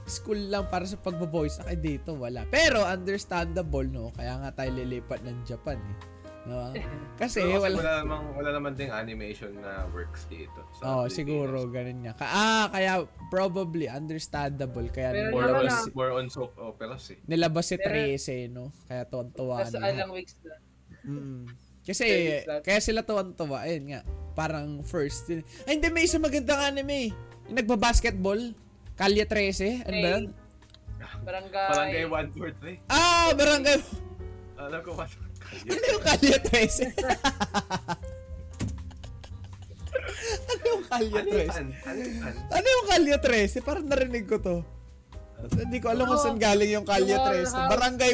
School lang para sa pagvo-voice act. Eh, dito, wala. Pero, understandable, no? Kaya nga tayo lilipat ng Japan, eh. Diba? Kasi,
Pero kasi
wala.
wala namang wala naman ding animation na works dito. sa
Oo, oh,
Pilipinas.
siguro, ganun nga. Ka- ah, kaya, probably, understandable. Kaya,
Pero
More
Wala
on,
na.
nilabas,
more on soap operas eh.
nilabas si
Pero- ano,
Trece, no? Kaya, tuwan-tuwa
Tapos
na.
ilang weeks na.
Mm. Kasi,
Very flat.
kaya sila tuwan-tuwa. Ayun nga, parang first. Ay, hindi, may isang magandang anime. Yung nagbabasketball. Kalya 13, ano ba yun?
Barangay.
Parang kay 143.
Ah, barangay.
Ah, Alam ko ba?
Ano yung Kalya 13? ano yung Kalya
Ano yung
13?
fan? Ano yung fan?
Ano yung Kalya 13? Parang narinig ko to. Hindi ko alam kung saan galing yung Kalya 13.
Yung Horror House.
Barangay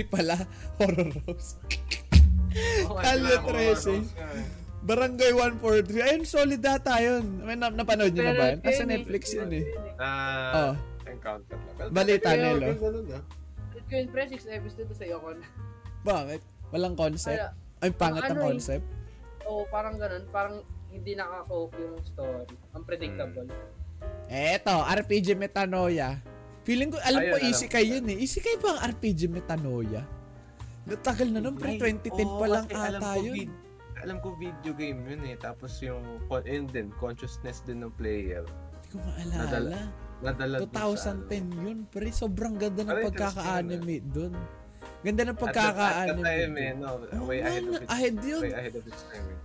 143 pala. Horror House.
Oo, nga,
Kalya
sila,
13.
mga roles nga.
Barangay 143. Ayun, solid data yun. May na- napanood nyo Ano na ba yun? Nasa Netflix yun eh.
Ah,
Oh,
encounter lang. Well,
Balita
pero
nila.
ganda nun, ah.
Ito yung pre, 6 episode sa iyo ko na.
bakit? Walang concept?
Wala.
Ay, pangat
Ano
ang
eh?
concept?
Oo, parang ganun. Parang hindi nakakope yung story. Ang predictable.
Eh, eto, RPG Metanoia. Feeling ko, alam
Ayun,
ko,
alam
isikay
ko.
yun eh. Isikay ba ang RPG Metanoia? Natagal na nun, Ano pre,
Ay,
2010 pa
oo,
lang
kasi alam
ata
ko
yun.
vid- alam ko video game yun eh. Tapos yung, con- yun din, consciousness din ng player.
Hindi ko maalala.
Nadala- Nadala dun sa ano.
2010 yun, pre. Sobrang ganda ng
Pare,
pagkaka-anime dun. Ganda
At the- At
ng
the
pagkaka-anime.
time eh,
dun.
no?
Oo
Way
Ano nga,
ahead of
na-
its
ahead yun.
Way ahead of its time eh.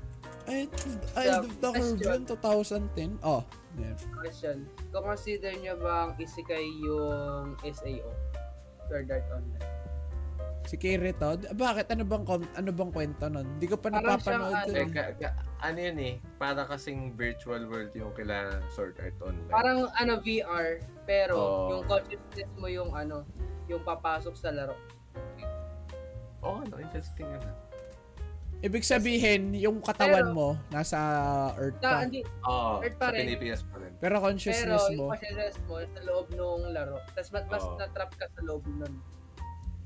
Ay, ay,
Yeah,
the curve
question.
yun, 2010. Oh, yeah.
Question. Kung consider nyo bang isikay yung SAO? Sword Art Online.
Si Kiri Todd. Bakit? Ano bang, com- ano bang kwento nun? Hindi ko pa
Parang
napapanood
siyang
yun.
Eh, ka- ka- ano yun eh, para kasing virtual world yung kila Sword Art Online.
Parang ano VR, pero
Oo.
yung consciousness mo yung ano, yung papasok sa laro.
Oo, ano, interesting yun. ah.
Ibig sabihin, yung katawan
Pero-
mo nasa earth
Ta,
pa.
hindi,
Oo,
Art
sa
pa rin.
PNPS pa rin.
Pero
pero
Ah, consciousness
yung
mo.
consciousness mo sa loob nung laro. Tapos mas, mas
Oo.
na-trap ka sa loob nun.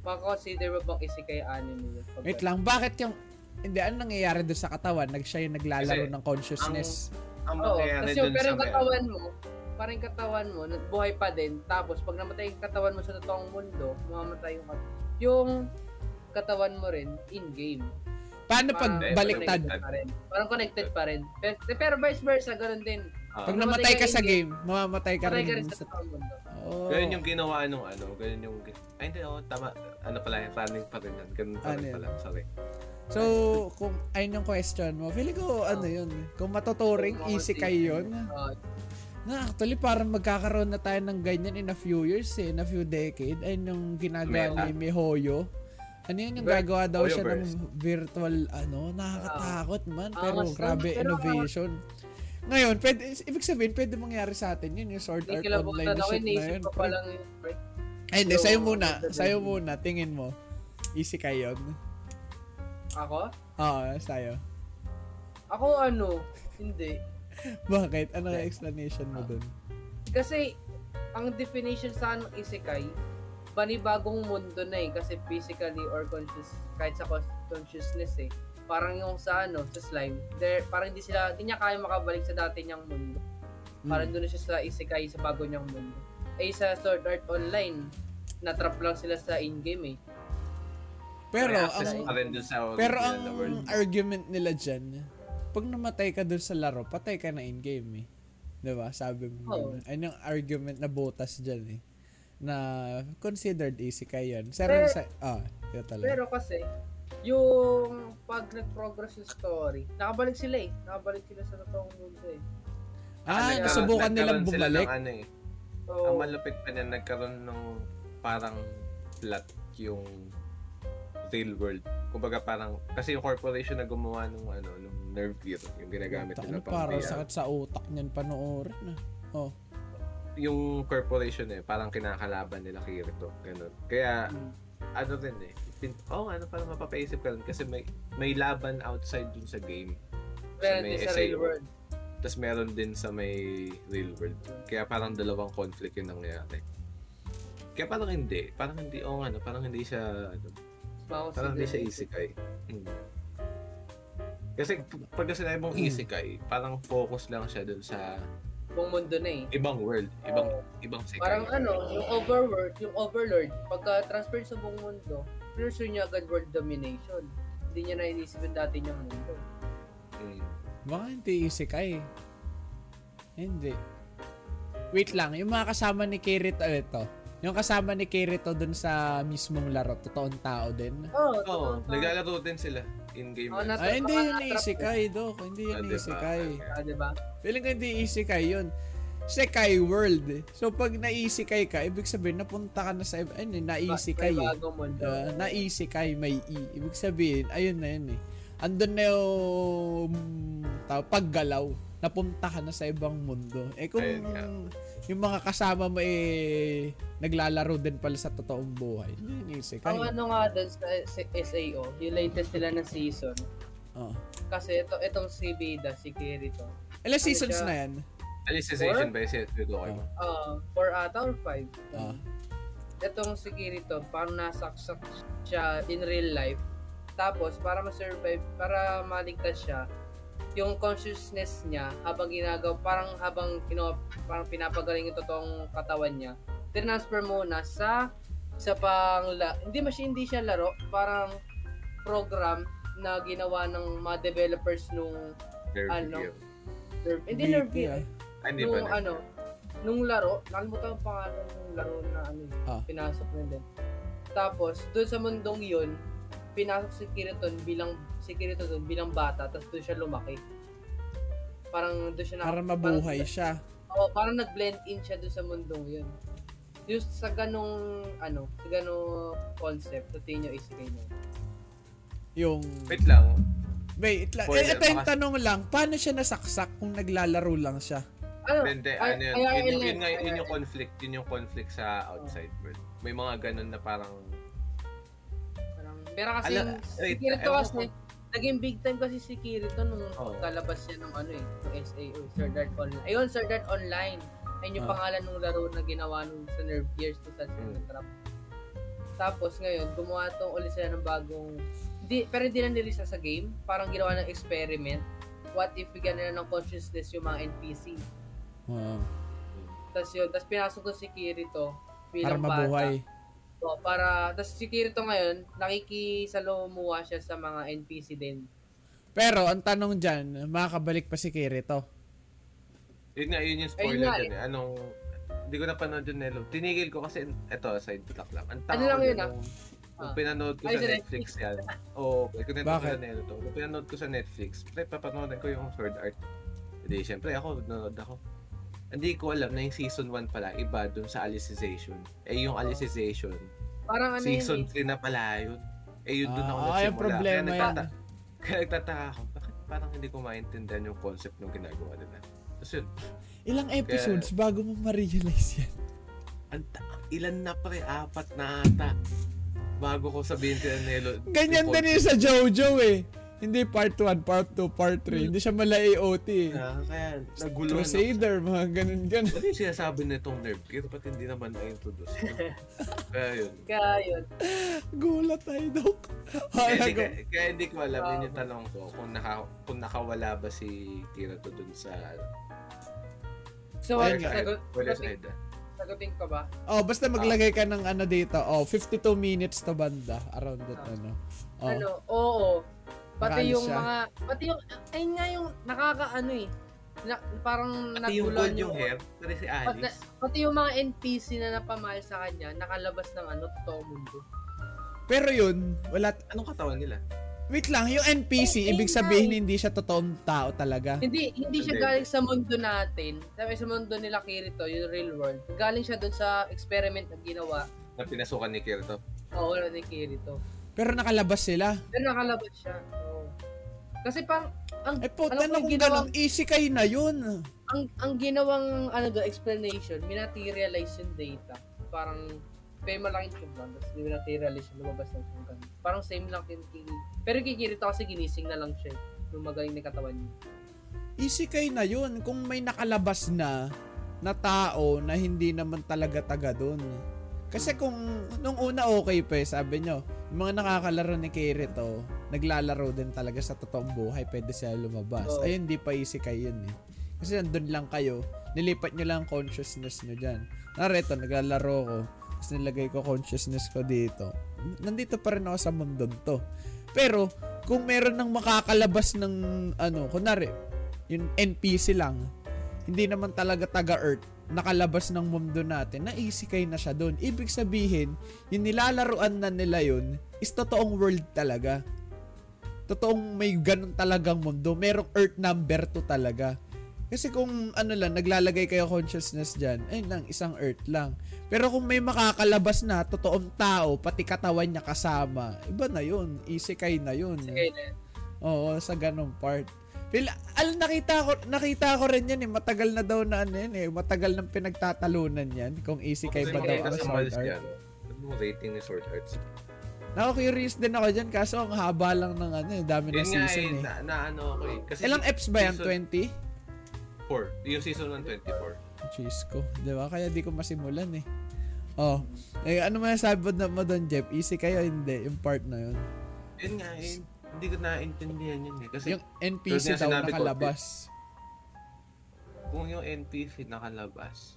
Makakonsider mo bang isikay anime yun?
Wait lang, bakit yung... Hindi, ano nangyayari doon sa katawan? Nag siya yung naglalaro
Kasi
ng consciousness.
Ang
Oo,
mangyayari
tas
dun
yung, pero
sa ano.
yung katawan mo, parang yung katawan mo, na- buhay pa din. Tapos, pag namatay yung katawan mo sa totoong mundo, mamamatay yung kat- yung katawan mo rin in-game.
Paano pag
Parang
baliktad?
connected pa rin. Parang connected pa rin. Pero, pero vice versa, ganun din.
Ah,
Pag namatay ka sa game, mamamatay ka
Patay ka
rin
rin
sa...
sa totoong mundo.
Oh.
Ganun yung ginawa nung ano, ganun yung... Ay, hindi, oh, tama. Ano pala yung running pa rin yan. Ganun pa
Ano
rin
yun?
pala, sorry.
So, kung ayun yung question mo, feeling ko ano
Oh.
yun, kung matuturing
Kung
easy kayo yun.
Oo.
Na actually parang magkakaroon na tayo ng ganyan in a few years eh, in a few decade. Ayun yung ginagawa
Meta.
ni MiHoyo. Ano yun yung
Ver-
gagawa daw siya ng
Hoyoverse.
virtual ano, nakakatakot man.
Ah,
Pero
mas-
grabe
pero-
innovation. Ngayon, pwede, ibig sabihin, pwede mangyari sa atin yun, yung sort
Hindi
art online
kilabutan
na
ako,
shit na
iniisip
yun.
ko pa lang yun. pre.
Ay, hindi,
So,
sa'yo muna,
maganda
sa'yo
din.
muna, tingin mo. Easy kayo yun.
Ako?
Oo, sa'yo.
Ako ano? Hindi.
Bakit? Ano ang explanation
Ah.
mo dun?
Kasi, ang definition sa ng isekai, panibagong mundo na eh. Kasi physically or conscious, kahit sa cons- consciousness eh. Parang yung sa ano, sa slime. There, parang hindi sila, hindi niya kaya makabalik sa dati niyang mundo. Parang
Hmm.
doon na siya sa isekai, sa bago niyang mundo. Eh sa Sword Art Online, natrap lang sila sa in-game eh.
Pero,
May access
ang,
pa rin dun sa
pero
original
ang
na world.
argument nila dyan, pag namatay ka dun sa laro, patay ka na in-game eh. 'Di ba Sabi mo.
Oo.
Oh. Ayun yung argument na botas dyan eh. Na considered easy kayo yun.
Pero-
Pero, sa, ah, yun
Hmm.
talaga.
Pero kasi, yung pag nag-progress yung story, nakabalik sila eh. Nakabalik sila sa totoong mundo eh.
ah,
Nagkaroon-
nasubukan nilang
nagkaroon sila
bumalik.
Ng, ano, eh.
So,
Ang malupit pa niya, nagkaroon ng parang plot yung real world. Kumbaga parang, kasi yung corporation na gumawa nung ano, nung nerve gear, yung ginagamit
Puta,
nila
Ano,
pang
parang
VR.
sakit sa utak niyan panoorin ah. Oh.
Yung corporation eh, parang kinakalaban nila kay Kirito, ganun. Kaya,
hmm.
ano rin eh, pin- oh, ano parang mapapaisip ka rin kasi may may laban outside dun sa game.
meron
may
din sa
essay
real
mo.
world.
Tapos meron din sa may real world. Kaya parang dalawang conflict yung nangyayari. Kaya parang hindi. Parang hindi, oo oh, ano, parang hindi siya, ano,
Mouse
parang hindi
din.
siya isekai. Hmm. Kasi p- pag sinabi mong
Hmm.
isekai, parang focus lang siya dun sa
Buong mundo na eh.
ibang world, ibang ibang sekai.
Parang ano, yung overworld, yung overlord, pagka transferred sa buong mundo, pinursue niya agad world domination. Hindi niya nainisip yung dati niyang mundo.
Hmm.
Baka hindi isekai. Hindi. Wait lang, yung mga kasama ni Kirito, eh, ito. Yung kasama ni Kirito dun sa mismong laro, totoong tao din.
Oo,
Oo, oh, naglalaro din sila in-game.
Oo,
na-
Oh,
Ay,
nat-
Ah, hindi
baka
yun
na-trap
isekai, Dok. Hindi
Ah,
yun
di ba?
isekai.
Ah, diba?
Feeling ko hindi isekai yun. Sekai world. eh. So, pag na-isekai ka, ibig sabihin, napunta ka na sa, iba- ano,
Ba-
na-isekai
May
eh.
bagong mundo.
Uh, na-isekai, may i. Ibig sabihin, ayun na yun eh. Andun na yung tawag, paggalaw. Napunta ka na sa ibang mundo. Eh kung
Ayun nga.
yung mga kasama mo eh naglalaro din pala sa totoong buhay. Yun yung isekai.
Ang ano nga doon sa sa SAO, yung latest nila na season,
Oo.
kasi ito, itong si Bida, si Kirito,
Ilang seasons
siya?
na yan?
Alis sa season by season ko kayo.
uh, 4 ata or 5.
Ah.
itong si Kirito, parang nasaksak siya in real life. Tapos, para ma-survive, para maligtas siya, yung consciousness niya habang ginagawa, parang habang kino, parang pinapagaling yung totoong katawan niya, tinransfer muna sa sa pang la, hindi mas hindi siya laro, parang program na ginawa ng mga developers nung
Nerve
Ano?
gear.
Nerve- hindi
Weekly,
Nerve Gear,
ah.
Ah, Hindi ba
nung
na?
ano, nung laro, nakalimutan ko ang pangalan ng laro na ano, eh,
Ah.
pinasok na din. Tapos, doon sa mundong yun, pinasok si Kiriton bilang, si Kiriton doon bilang bata, tapos doon siya lumaki. Parang doon siya na...
Para mabuhay
parang-
siya.
Oo, parang nag-blend in siya doon sa mundong yun. Just sa ganong, ano, sa ganong concept, sa tingin nyo is ganyan.
Yung...
Wait lang.
Wait, itla, eh,
Spoiler,
ito yung
baka-
tanong lang. Paano siya nasaksak kung naglalaro lang siya?
Ano,
Hindi,
ay-
ano yun.
ay-
Yun,
ay-
yung, yun, nga-
ay-
yun yung
ay- Oh.
conflict. Yun yung conflict sa outside world. May mga ganun na parang
Parang, pero kasi
Ala-
yung si
wait,
Kirito
ewan
kasi, naging big time kasi si Kirito nung
Oo.
pagkalabas niya ng ano eh, ng SAO, Sword Art Online. Ayun, Sword Art Online. Ayun yung
Ah.
pangalan ng laro na ginawa nung sa Nerve Gears to sa
Hmm.
Trap. Tapos ngayon, gumawa tong ulit sila ng bagong... Di, pero hindi na nilisa sa game. Parang ginawa ng experiment. What if bigyan nila ng consciousness yung mga NPC?
Ah.
Tapos yun, tapos pinasok ko si Kirito
Para
bilang bata.
mabuhay.
Oo, para, tapos si Kirito ngayon, nakikisalamuha siya sa mga NPC din.
Pero ang tanong dyan, makakabalik pa si Kirito.
Yun nga, yun yung
Ayun
spoiler
nga
dun eh. Anong, hindi ko napanood yun, Nelo. Tinigil ko kasi, eto, side track lang. Ang
Ano
tao
lang yun,
nung- Nung
Ah.
pinanood ko sa
Ay, sa
Netflix yan. Oo, oh, ko sa
Bakit?
Nelo to. Nung pinanood ko sa Netflix, pre, papanoodin ko yung Sword Art. Hindi, syempre ako, nanood ako. Hindi ko alam na yung season 1 pala, iba dun sa Alicization. Eh, yung Alicization,
Parang ano yun
season
eh.
3 na pala yun. Eh, yun dun ako
Ah,
nagsimula.
ay, ang problema
Kaya
yan.
nagtata- Kaya nagtataka ako, bakit parang hindi ko maintindihan yung concept ng ginagawa nila. Tapos yun,
Ilang episodes bago mo ma-realize yan?
Anta, ilan na pre? Apat na ata. Bago ko sabihin kay Nelo.
Ganyan din yun sa Jojo eh. Hindi part 1, part 2, part 3. Hindi siya mala AOT eh.
Ah, Kaya, nagulo na. Ano
Crusader, mga ganun ganun.
yung sinasabi na itong nerve? Kaya ba't hindi naman na-introduce? kaya yun.
Kaya yun.
Gulat tayo, Doc.
Kaya,
Hala
hindi,
ko.
kaya, kaya hindi ko alam, yun yung tanong ko, kung, naka, kung nakawala ba si Kira to dun sa...
So,
Oh,
Ayun
ano,
nga.
sagot,
Wala
sagutin,
side. ah.
sagutin ko ba?
Oh, basta
Ah.
maglagay ka ng ano dito. Oh, 52 minutes to banda. Around that, ano. Oh.
Ah. Ano, oo. Pati
Nakaalis
yung
siya.
mga, pati yung, ayun nga yung nakakaano eh. Na, parang
Pati yung
nagulan
gold yung hair, pati si Alice.
Pati yung mga NPC na napamahal sa kanya, nakalabas ng ano, totoong mundo.
Pero yun, wala. t-
Anong katawan nila?
Wait lang, yung NPC,
Eh,
ibig
eh,
sabihin
guys.
hindi siya totoong tao talaga.
Hindi, hindi siya
Hindi.
galing sa mundo natin. Sabi sa mundo nila Kirito, yung real world. Galing siya doon sa experiment na ginawa.
Na pinasukan ni Kira to.
Oo, wala ni Kirito.
Pero nakalabas sila.
Pero nakalabas siya. Oo. Kasi pang, ang,
Eh, po,
Alam ko
tanong
yung
kung
ginawa-
ganun, easy kayo na yun.
ang, ang ginawang ano do, explanation, minaterialize yung data. Parang, may malaking tubo, tapos hindi minaterialize yung lumabas ng tubo. Parang same lang yung kini- Pero kay Kirito kasi ginising na lang siya. eh, Nung magaling na katawan niya.
Easy kayo na yun kung may nakalabas na na tao na hindi naman talaga taga doon. Kasi kung nung una okay pa eh, sabi nyo, yung mga nakakalaro ni Kirito, naglalaro din talaga sa totoong buhay, pwede sila lumabas.
Oo.
Ayun, di pa easy kayo yun eh. Kasi nandun lang kayo, nilipat nyo lang ang consciousness nyo dyan. Narito, naglalaro ko, tapos nilagay ko consciousness ko dito. Nandito pa rin ako sa mundo to. Pero, kung meron ng makakalabas ng, ano, kunwari, yung NPC lang, hindi naman talaga taga-Earth, nakalabas ng mundo natin, na easy kayo na siya doon. Ibig sabihin, yung nilalaroan na nila yun, is totoong world talaga. Totoong may ganun talagang mundo. Merong Earth number to talaga. Kasi kung ano lang, naglalagay kayo consciousness dyan, ayun lang, isang Earth lang. Pero kung may makakalabas na, totoong tao, pati katawan niya kasama, iba na yun. Easy kayo na yun.
Mm.
Kaya na,
Oo, sa ganong part. Feel, al nakita ko nakita ko rin yan eh matagal na daw na ano yan eh matagal nang pinagtatalunan yan kung easy kay
Kasi
ba
makita
daw ang
sa
sword
malls
art.
yan. Ano yung rating ni Sword Art?
Nako-curious din ako diyan kaso ang haba lang ng ano eh dami ng
Yun nga eh,
season eh.
na, na ano ako eh. Kasi
Ilang eps ba yan?
season
20?
4. Yung season 124.
Jeez ko, 'di ba? Kaya di ko masimulan eh. Oh, eh ano masasabi mo na mo doon, Jeff? Easy kayo hindi yung part na yun.
Yun nga eh. Hindi ko naintindihan yun eh. Kasi
Yung
Tulad nga
NPC daw
sinabi ko,
nakalabas.
kung yung NPC nakalabas,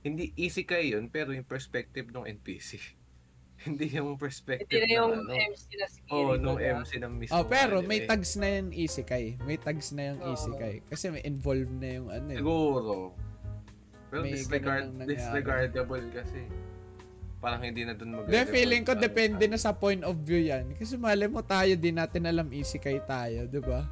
hindi easy kayo yun, pero yung perspective ng NPC. hindi yung perspective
Hindi na yung
ng ano.
MC na ah. si Kirito.
Oo, oh, nung
di ba?
MC ng mismo.
Oh, pero
anime.
may tags na yung isekai. May tags na yung
Oo.
isekai. Kasi may involved na yung ano. eh.
Siguro. Pero
May
disregard,
ganun ang nangyari.
disregardable kasi. Parang hindi na dun Ah, mag
De, feeling ko depende na sa point of view yan. Kasi malay mo tayo, di natin alam isekai tayo, di ba?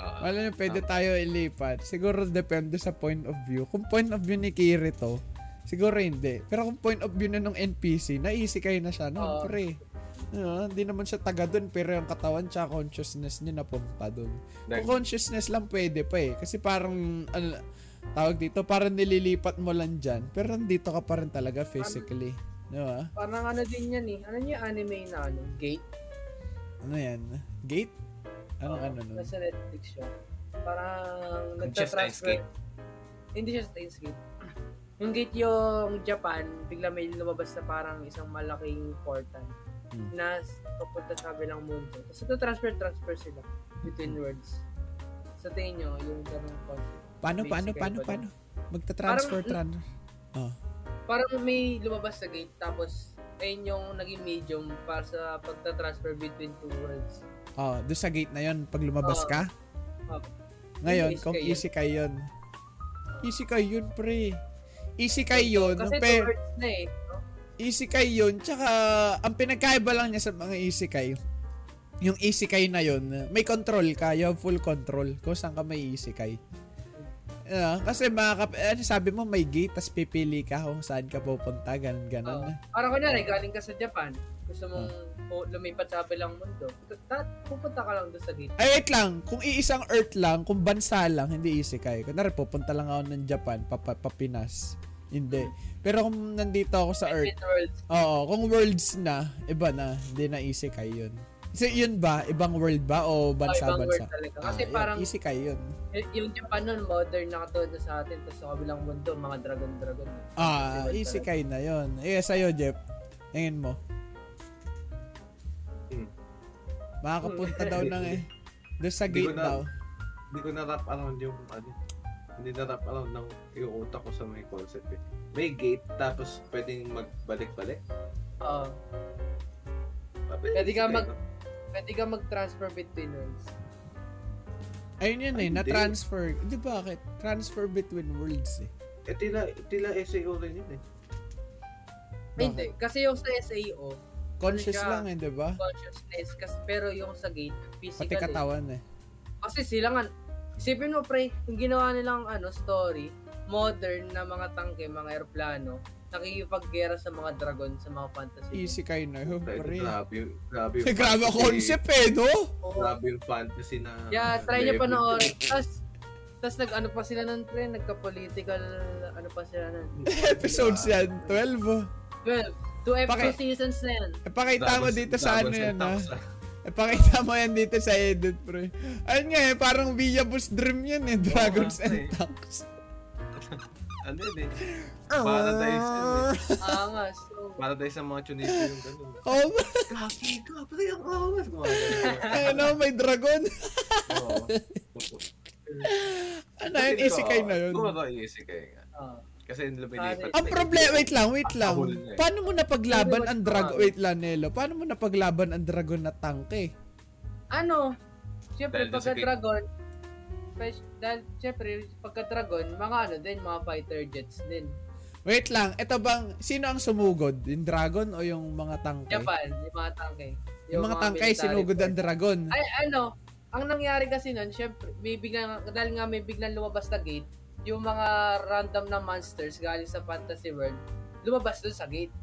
ah.
Malay mo pwede tayo ilipat. Siguro depende sa point of view. Kung point of view ni Kirito, siguro hindi. Pero kung point of view na nung NPC, na isekai na siya, no?
Oo.
Pre. Ah, hindi naman siya taga doon pero yung katawan tsaka consciousness niya napunta doon.
Like-
Kung consciousness lang pwede pa eh. Kasi parang, ano, tawag dito, parang nililipat mo lang dyan. Pero nandito ka pa rin talaga physically. Di ba?
Parang ano din yan eh. Ano yung anime na ano? Gate?
Ano yan? Gate? Ano
Oo,
ano nun?
Nasa Netflix siya. Parang
Yung chest ice
nagtatransfer.
skate.
Hindi siya Steins Gate. Yung gate yung Japan, bigla may lumabas na parang isang malaking portal
Hmm.
na s- papunta sa kabilang mundo. Tapos ito transfer transfer sila
Hmm.
between worlds. Sa tingin nyo, yung ganung concept.
Paano, paano,
Basically,
paano,
ganun.
paano? Magta-transfer,
Parang-
transfer. Oh.
Parang may lumabas sa gate, tapos ayun yung naging medium para sa pagta-transfer between two worlds.
Oh, doon sa gate na yon pag lumabas
Oo.
ka.
Opo.
Ngayon,
Yung
kung
isekai
isekai yun. Isekai yun, pre. Isekai yun.
Kasi
pe,
two worlds na eh. no?
isekai yun. Tsaka, ang pinagkaiba lang niya sa mga isekai, yung isekai na yun, may control ka. You have full control kung saan ka may isekai. Ah, kasi makakap... Ano, sabi mo, may gate, tas pipili ka kung saan ka pupunta, ganun,
Oo.
ganun. Hmm.
Parang kunyari, galing ka sa Japan, gusto mong po- lumipat sa kabilang mundo, ta- pupunta ka lang doon sa gate.
Ay, wait lang. Kung iisang earth lang, kung bansa lang, hindi isekai. Kunwari, pupunta lang ako ng Japan, papa, papinas. Hindi. Pero kung nandito ako sa earth,
Between worlds.
Oo, kung worlds na, iba na, hindi na isekai yun. So, yun ba? Ibang world ba? O
Oh,
bansa-bansa?
ibang world talaga.
Ah,
Kasi
yun,
parang
Isekai yun.
y- yung Japan nun, modern na katulad na sa atin, tapos sa kabilang mundo, mga dragon-dragon. Diba?
Ah,
Ibang
isekai na yun. Eh, sa'yo, Jeff. Tingin mo.
Hmm.
Makakapunta daw ng eh. Doon sa
Hindi ko
gate
na-
daw.
Hindi ko na-wrap around yung ano. Hindi na-wrap around ng yung utak ko sa may concept eh. May gate tapos pwedeng magbalik-balik.
Oo. Pwede ka
eh,
mag- pwede ka mag-transfer between worlds.
Ayun yun
Ay,
eh,
hindi.
na-transfer. Hindi bakit? Transfer between worlds eh.
Eh, tila, tila SAO rin yun eh.
Ay,
Bakit?
Hindi, kasi yung sa SAO,
Conscious
Siya.
lang eh, di ba?
consciousness, kasi, pero yung sa gate,
Pati
physical eh.
katawan eh.
Kasi sila nga, isipin mo pre, yung ginawa nilang ano, story, modern na mga tangke, mga aeroplano, nakikipaggera sa mga dragon, sa mga fantasy.
Isekai na yun,
Pero
pre.
Grabe, yung- grabe, yung
Grabe ang
fantasy-
concept eh, no?
Oo.
Grabe yung fantasy na...
Yeah, try
level.
nyo panoorin. Tapos, tas nag ano pa sila nun pre, nagka-political, ano pa sila nun.
Episodes yan, 12. oh.
Well, two
Paki-
episode seasons na yan.
Eh, pakita mo
Tapos-
dito sa ano
tapos
yan, ha?
tapos na-
Eh, pakita mo yan dito sa edit, pre. Ayun nga eh, parang Villabo's Dream yan eh, Dragons
nga,
and
eh.
Tanks.
Ano yun eh. Paradise yun eh.
Ah, nga, so,
Paradise ng mga Tunisia yung ganun.
Oh,
Grabe, grabe ang awas. Gumagano.
ayun na, ano, may dragon.
Oo.
Ano yun,
Ito,
isikay na yun.
Oo, isikay nga.
ah.
Kasi lumilipat.
Ang problema, wait lang, wait lang.
Ahol na eh.
Paano mo napaglaban ang dragon, wait lang, Nelo. Paano mo napaglaban ang dragon na tank eh?
ano, syempre
Dahil nasa
pagka
gate.
dragon, pes- dahil syempre pagka dragon, mga ano din, mga fighter jets din.
Wait lang, ito bang, sino ang sumugod? Yung dragon o yung mga tangke?
Japan, yung mga tangkay.
Yung, mga tangkay,
military
sinugod ang
force.
dragon.
Ay, ano, ang nangyari kasi nun, syempre, may biglang, dahil nga may biglang lumabas na gate, yung mga random na monsters galing sa fantasy world, lumabas dun sa gate.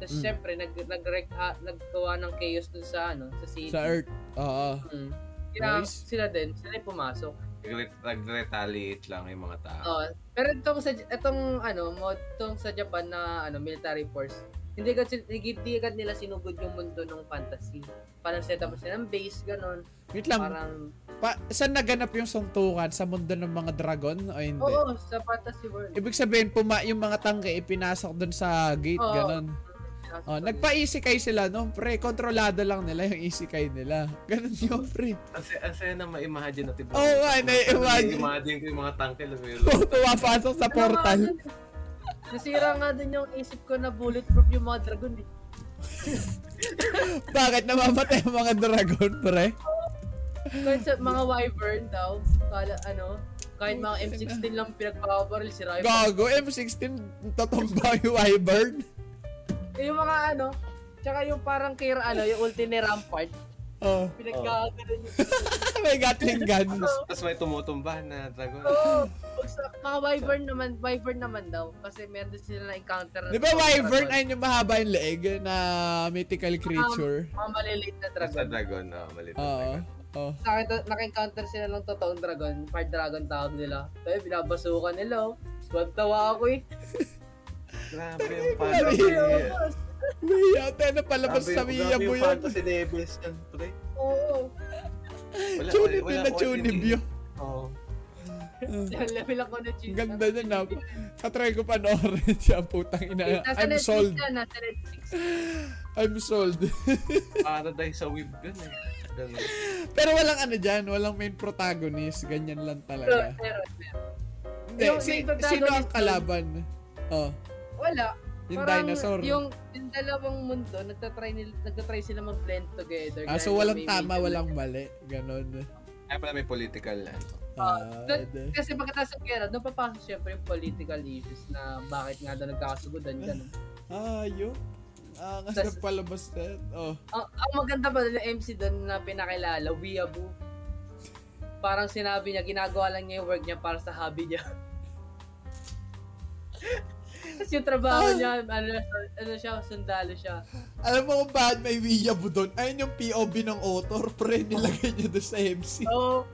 Tapos
Mm.
syempre, nag, nag, naggawa ng chaos dun sa, ano, sa city.
Sa Earth. Oo.
Mm. Kaya
Nice.
sila din, sila yung pumasok.
Nag-retaliate lang yung mga tao.
Oo. pero itong sa itong ano, mod- itong sa Japan na ano, military force, hindi agad, sil- hindi agad nila sinugod yung mundo ng fantasy. Parang set up sila ng base, ganun.
Wait lang,
Parang,
Pa, saan naganap yung suntukan? Sa mundo ng mga dragon o hindi?
oo, sa fantasy world.
Ibig sabihin, puma, yung mga tangke ipinasok dun sa gate,
Oo.
ganun.
Nasa-
Oh, nagpa-isikay sila, no? Pre, kontrolado lang nila yung isikay nila. Ganun yun, pre.
Ang saya- ang saya na ma-imaginative.
Oo nga, na-imagine.
Imagine ko yung mga tangke lumilipat.
Pumapasok sa
Ano nga
portal.
dun? Nasira nga din yung isip ko na bulletproof yung mga dragon eh.
Bakit namamatay ang mga dragon, pre?
Kahit sa mga wyvern daw, kala, ano, kahit mga M16 lang pinagpapabaril si Rival.
Gago, M16, tatumba yung wyvern.
Eh, yung mga ano, tsaka yung parang kaya ano, yung ulti ni Rampart,
Oh,
pinagkakagalan yung
may gatling gun.
Tapos may tumutumba na dragon.
Oo. Pag sa- mga wyvern naman, wyvern naman daw. Kasi meron din sila na-encounter.
Di
na-
ba wyvern ay yung mahaba yung leeg na mythical creature?
Um, Mga maliliit na
Sa
dragon.
dragon, oh, maliit na
Oo.
dragon.
Oh.
Sa akin, to- naka-encounter sila ng totoong dragon. Fire dragon tawag nila. Tayo, binabasukan nila. oh. Huwag tawa ako eh.
Grabe yung
Grabe
fantasy.
yun. Nahiya, tayo na palabas
Grabe-
sa miya
grabe
mo
yung
yun.
fantasy levels yan, pre.
Oo.
Wala-
Tunib
wala-
yun
wala
na
ko
tunib
hindi-
yun.
Oo.
Yan, level ako na
Ang
chin.
ganda niya na. Katry ko panoorin siya, putang ina.
Nasa
I'm
Netflix
sold.
na, nasa Netflix.
I'm sold.
Paradise sa web yun eh. Ganun.
Pero walang ano dyan, walang main protagonist. Ganyan lang
Pero,
talaga.
pero, pero.
Hindi,
Yung-
Eh, si-
yung protagonist
sino ang
nun-
kalaban? Oh,
Wala.
yung
Parang
dinosaur.
Yung, yung dalawang mundo, nagtatry, nil, nagtatry sila mag-blend together.
ah, so
Kaya
walang
may-
tama,
may-
walang mali. Ganon.
Ay, pala may political ano, na.
Ah,
na- Kasi pagkatapos ng gera, doon papasok siyempre yung political issues na bakit nga daw nagkakasugudan ganun.
ayop. Ah, ang
Tas-
sarap palabas na. Oh,
ang, Ah, ang maganda pa ng MC doon na pinakilala, Weeaboo. Parang sinabi niya, ginagawa lang niya yung work niya para sa hobby niya. Tapos yung
Ah.
trabaho niya, ano, ano siya, sundalo siya.
alam mo kung bakit may Weeaboo doon? Ayun yung POV ng author, pre, nilagay niya doon sa MC.
So,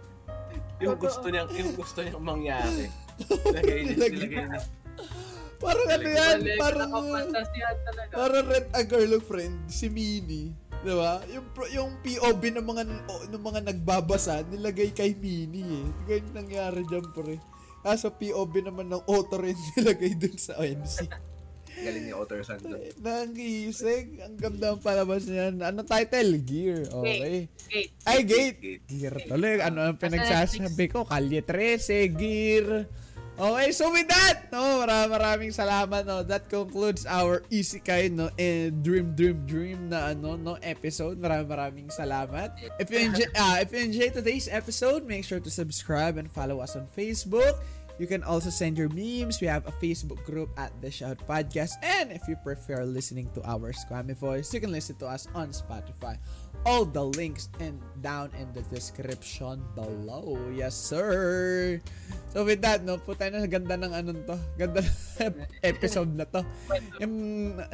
Yung
Totoo.
gusto niyang, yung gusto niyang mangyari. Lagay niya,
Nilagay.
lagay niya.
Parang ano yan?
balik,
Parang,
nakapantasyahan talaga.
parang rent a girlfriend, si Mini. Diba? Yung, pro- yung POV ng mga, o- ng mga nagbabasa, nilagay kay Mini eh. Ganyan nangyari dyan, pre. Ah, Kaso POV naman ng author yung nilagay dun sa MC.
Galing ni Otter Sando.
Nangisig. Ang ganda ang palabas niyan. Anong title? Gear. Okay.
Okay,
Ay, Gate.
Gate.
Gear tuloy. Ano ang
Nasa
pinagsasabi ko? Kalye 13, Gear. Okay, so with that, no, maraming, maraming salamat, no. That concludes our Isekai, no, and Dream, Dream, Dream na, ano, no, episode. Maraming, maraming salamat. If you, enjoy, ah, if you enjoyed today's episode, make sure to subscribe and follow us on Facebook. You can also send your memes. We have a Facebook group at The Shout Podcast. And if you prefer listening to our squammy voice, you can listen to us on Spotify. All the links and down in the description below. Yes, sir. So with that, no, putay na ganda ng anon to. Ganda ng ep- episode na to. Yung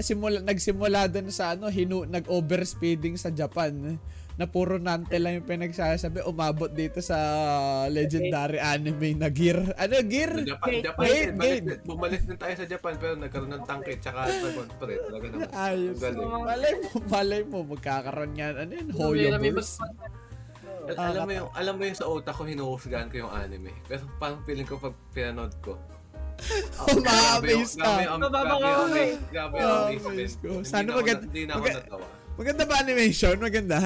simula, nagsimula dun sa ano, hinu, nag-overspeeding sa Japan. Na puro nante lang yung pinagsasabi. Umabot dito sa legendary anime na gear. Ano, gear?
Japan,
Gate,
Japan,
gate,
eh, balik,
gate.
bumalik na tayo sa Japan pero nagkaroon ng tangke tsaka dragon pre. Talaga naman.
Ayos.
Ang galing.
Malay mo, malay mo, magkakaroon nga, ano yun, Hoyoverse.
Al- alam mo yung alam mo yung sa utak ko hinuhusgahan ko yung anime. Pero parang feeling ko pag pinanood ko.
Ma-amaze
Grabe
ka.
yung grabe yung-
Mababaw
grabe yung- grabe yung
Ah,
amazement.
amaze ko.
Hindi
Sana
na ako
maganda-
na- Hindi na ako
maga-
natawa.
Maganda ba animation? Maganda?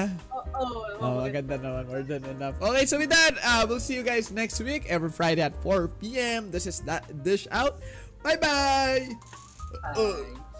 Oh,
Oo,
maganda naman. More than enough. Okay, so with that, uh, we'll see you guys next week every Friday at 4 p.m. This is that Dish Out. Bye-bye!
maganda.